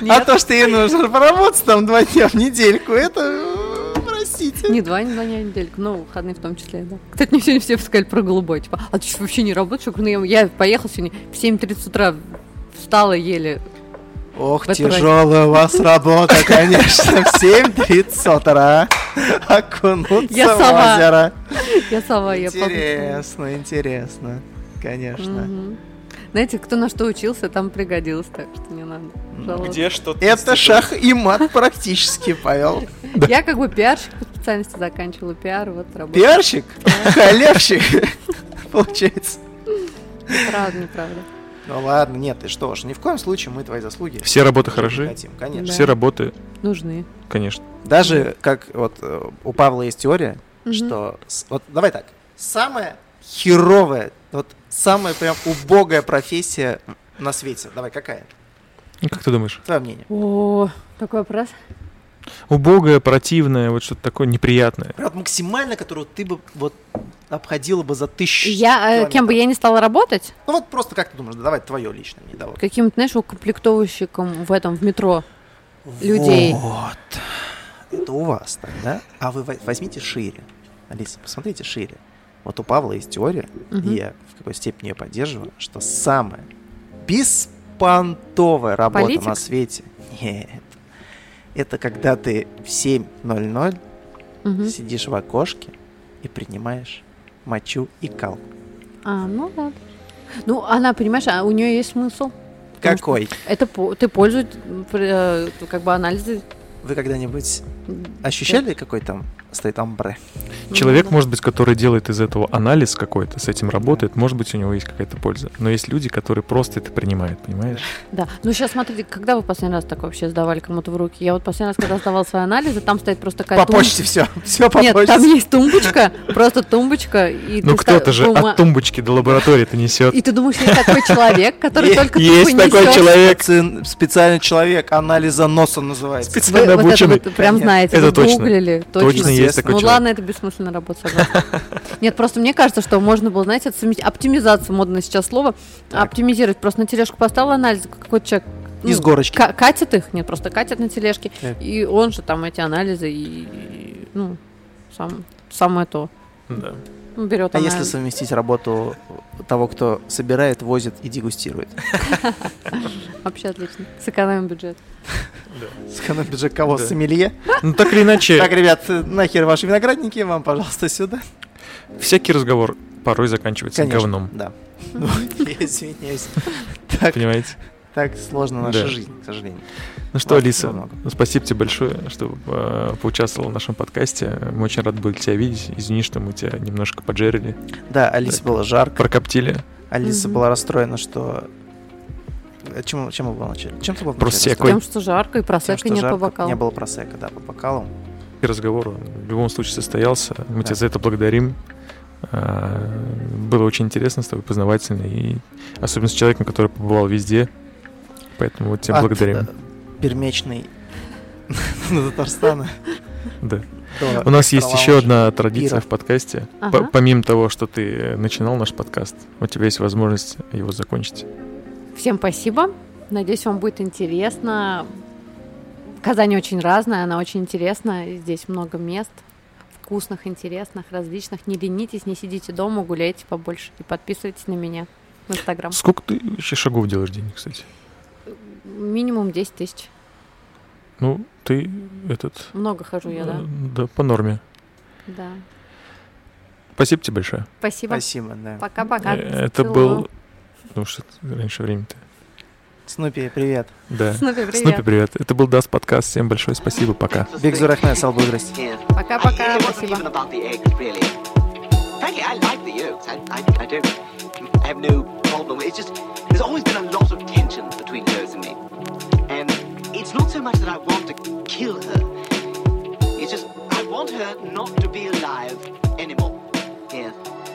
Speaker 1: А
Speaker 3: Нет,
Speaker 1: то, что ей нужно поработать там два дня в недельку, это... э, Простите.
Speaker 3: не два, не два дня в недельку, но выходные в том числе, да. Кстати, мне сегодня все сказали про голубой, типа, а ты что, вообще не работаешь? Я говорю, ну я, я поехал сегодня в 7.30 утра, встала еле.
Speaker 1: Ох,
Speaker 3: Вот
Speaker 1: тяжелая у вас работа, конечно. В 7.30 утра
Speaker 3: Я
Speaker 1: окунуться в
Speaker 3: сова.
Speaker 1: озеро.
Speaker 3: Я сова, А я помню.
Speaker 1: Интересно, интересно. Конечно.
Speaker 3: Мгм. Знаете, кто на что учился, там пригодился, так что не надо. жаловаться.
Speaker 2: что
Speaker 1: Это шах и мат практически, Павел.
Speaker 3: Я как бы пиарщик по специальности заканчивала пиар, вот работала.
Speaker 1: Пиарщик? Халявщик? Получается.
Speaker 3: Правда, неправда.
Speaker 1: Ну ладно, нет, ты что ж, ни в коем случае мы твои заслуги
Speaker 2: Все работы
Speaker 1: не
Speaker 2: хороши.
Speaker 1: хотим, конечно.
Speaker 3: Да.
Speaker 2: Все работы,
Speaker 3: Нужны.
Speaker 2: конечно.
Speaker 1: Даже как вот э, у Павла есть теория,
Speaker 3: Мгм.
Speaker 1: что... с- Вот давай так. Самая херовая, вот самая прям убогая профессия на свете. Давай, какая?
Speaker 2: Ну, Как ты думаешь?
Speaker 1: Твое мнение.
Speaker 3: О, такой вопрос.
Speaker 2: Убогое, противное, вот что-то такое неприятное.
Speaker 1: Прям вот максимально, которую ты бы вот обходила бы за тысячу
Speaker 3: Я, э, кем бы я не стала работать,
Speaker 1: Ну вот просто как ты думаешь, давай твое личное мне, да, вот.
Speaker 3: каким-то, знаешь, укомплектовщиком в этом, в метро. людей.
Speaker 1: Вот. Это у вас так, да? А вы во- возьмите шире. Алиса, посмотрите шире. Вот у Павла есть теория,
Speaker 3: Мгм.
Speaker 1: и я в какой степени ее поддерживаю, что самая беспонтовая работа
Speaker 3: Политик?
Speaker 1: на свете. Нет. Это когда ты в 7.00
Speaker 3: Мгм.
Speaker 1: сидишь в окошке и принимаешь мочу и кал.
Speaker 3: А, ну да. Ну, она, понимаешь, а у нее есть смысл. Потому что
Speaker 1: Какой?
Speaker 3: Это по- ты пользуешь м, при- э, как бы анализы.
Speaker 1: Вы когда-нибудь
Speaker 3: М,
Speaker 1: ощущали, какой там стоит амбре?
Speaker 3: ну,
Speaker 2: Человек,
Speaker 3: да.
Speaker 2: может быть, который делает из этого анализ какой-то, с этим работает, может быть, у него есть какая-то польза. Но есть люди, которые просто это принимают, понимаешь?
Speaker 3: Да. Ну, сейчас смотрите, когда вы последний раз такое вообще сдавали кому-то в руки? Я вот последний раз, когда сдавала свои анализы, там стоит просто такая
Speaker 1: По
Speaker 3: тум-
Speaker 1: почте все. Все по
Speaker 3: Нет,
Speaker 1: почте.
Speaker 3: там есть тумбочка, просто тумбочка. И
Speaker 2: Ну,
Speaker 3: ты ста-
Speaker 2: кто-то же
Speaker 3: бума-
Speaker 2: от тумбочки до лаборатории это несет.
Speaker 3: И ты думаешь, есть такой человек, который
Speaker 1: Е-
Speaker 3: только
Speaker 2: есть
Speaker 3: тупо
Speaker 2: такой
Speaker 3: несёт.
Speaker 2: человек.
Speaker 1: Специ- специальный человек, анализа носа называется.
Speaker 3: Вы
Speaker 2: Специально
Speaker 3: вот это
Speaker 2: обученный.
Speaker 3: вот прям
Speaker 1: Конечно.
Speaker 3: знаете,
Speaker 2: Это
Speaker 3: вы
Speaker 2: точно.
Speaker 3: гуглили,
Speaker 2: Точно есть
Speaker 1: Естественно.
Speaker 2: такой
Speaker 3: Ну
Speaker 2: человек.
Speaker 3: ладно, это бессмысленная работа, согласна. Нет, просто мне кажется, что можно было, знаете, это совместить. Оптимизация, модное сейчас слово.
Speaker 1: Так.
Speaker 3: Оптимизировать. Просто на тележку поставил анализ, какой-то человек ну,
Speaker 1: Из Э. горочки.
Speaker 3: ка- катит их, нет, просто катит на тележке.
Speaker 1: Так.
Speaker 3: И он же там эти анализы и, и, ну, сам, самое то.
Speaker 2: Да.
Speaker 3: Ну, берет
Speaker 1: А если
Speaker 3: анализ.
Speaker 1: совместить работу того, кто собирает, возит и дегустирует?
Speaker 3: Вообще отлично. Сэкономим бюджет.
Speaker 1: Сэкономить бюджет кого?
Speaker 2: Да.
Speaker 1: Сомелье?
Speaker 2: Ну, так или
Speaker 1: Так,
Speaker 2: иначе,
Speaker 1: ребят, э, нахер ваши виноградники, вам, пожалуйста, сюда.
Speaker 2: всякий разговор порой заканчивается
Speaker 1: Конечно,
Speaker 2: говном.
Speaker 1: Да. Ну, Я извиняюсь. Так,
Speaker 2: Понимаете?
Speaker 1: так сложно наша
Speaker 2: Да.
Speaker 1: жизнь, к сожалению.
Speaker 2: Ну что,
Speaker 1: Ладно,
Speaker 2: Алиса,
Speaker 1: немного.
Speaker 2: ну, спасибо тебе большое, что э, поучаствовала в нашем подкасте. Мы очень рады были тебя видеть. Извини, что мы тебя немножко поджерили,
Speaker 1: Да, Алисе
Speaker 2: Так.
Speaker 1: было жарко.
Speaker 2: прокоптили.
Speaker 1: Алиса
Speaker 3: Мгм.
Speaker 1: была расстроена, что... Э, Чем, чем мы было начали? Чем ты была
Speaker 2: Просто
Speaker 1: вначале
Speaker 2: секой.
Speaker 1: расстроена?
Speaker 3: Потому что жарко и
Speaker 1: Тем,
Speaker 3: просека
Speaker 1: что
Speaker 3: нет по
Speaker 1: жарко, Не
Speaker 3: бокалам.
Speaker 1: было просека, да, по бокалам.
Speaker 2: И разговор в любом случае состоялся. Мы
Speaker 1: Да.
Speaker 2: тебя за это благодарим. А, Было очень интересно с тобой, познавательно. И особенно с человеком, который побывал везде. Поэтому вот тебя
Speaker 1: От,
Speaker 2: благодарим.
Speaker 1: э, Пермечной до Татарстана.
Speaker 2: Да.
Speaker 1: до
Speaker 2: У нас есть
Speaker 1: острова
Speaker 2: еще
Speaker 1: Алжир.
Speaker 2: одна традиция
Speaker 1: Ира.
Speaker 2: в подкасте. П-
Speaker 3: Ага.
Speaker 2: Помимо того, что ты э, начинал наш подкаст, у тебя есть возможность его закончить.
Speaker 3: Всем спасибо. Надеюсь, вам будет интересно. Казань очень разная, она очень интересная. Здесь много мест вкусных, интересных, различных. Не ленитесь, не сидите дома, гуляйте побольше и подписывайтесь на меня в Инстаграм.
Speaker 2: Сколько ты вообще шагов делаешь в день, кстати?
Speaker 3: Минимум 10 тысяч.
Speaker 2: Ну, ты этот...
Speaker 3: Много хожу я, да?
Speaker 2: э, Да, по норме.
Speaker 3: Да.
Speaker 2: Спасибо тебе большое.
Speaker 3: Спасибо.
Speaker 1: Спасибо, да.
Speaker 3: Пока-пока.
Speaker 2: Э, Это
Speaker 3: Целую.
Speaker 2: был... Ну, что ты раньше времени-то.
Speaker 1: Снупи, привет.
Speaker 2: Да.
Speaker 3: Снупи, привет.
Speaker 2: Снупи, привет. Это был Даст подкаст. Всем большое спасибо. Пока.
Speaker 1: Биг Зурахмед, Салбудрости.
Speaker 4: Yeah.
Speaker 3: Пока-пока.
Speaker 4: It wasn't
Speaker 3: Спасибо.
Speaker 4: even about the eggs, really. Frankly, I like the yolks. I, I, I do. I have no problem. with it. It's just there's always been a lot of tension between Rose and me, and it's not so much that I want to kill her. It's just I want her not to be alive anymore. Yeah.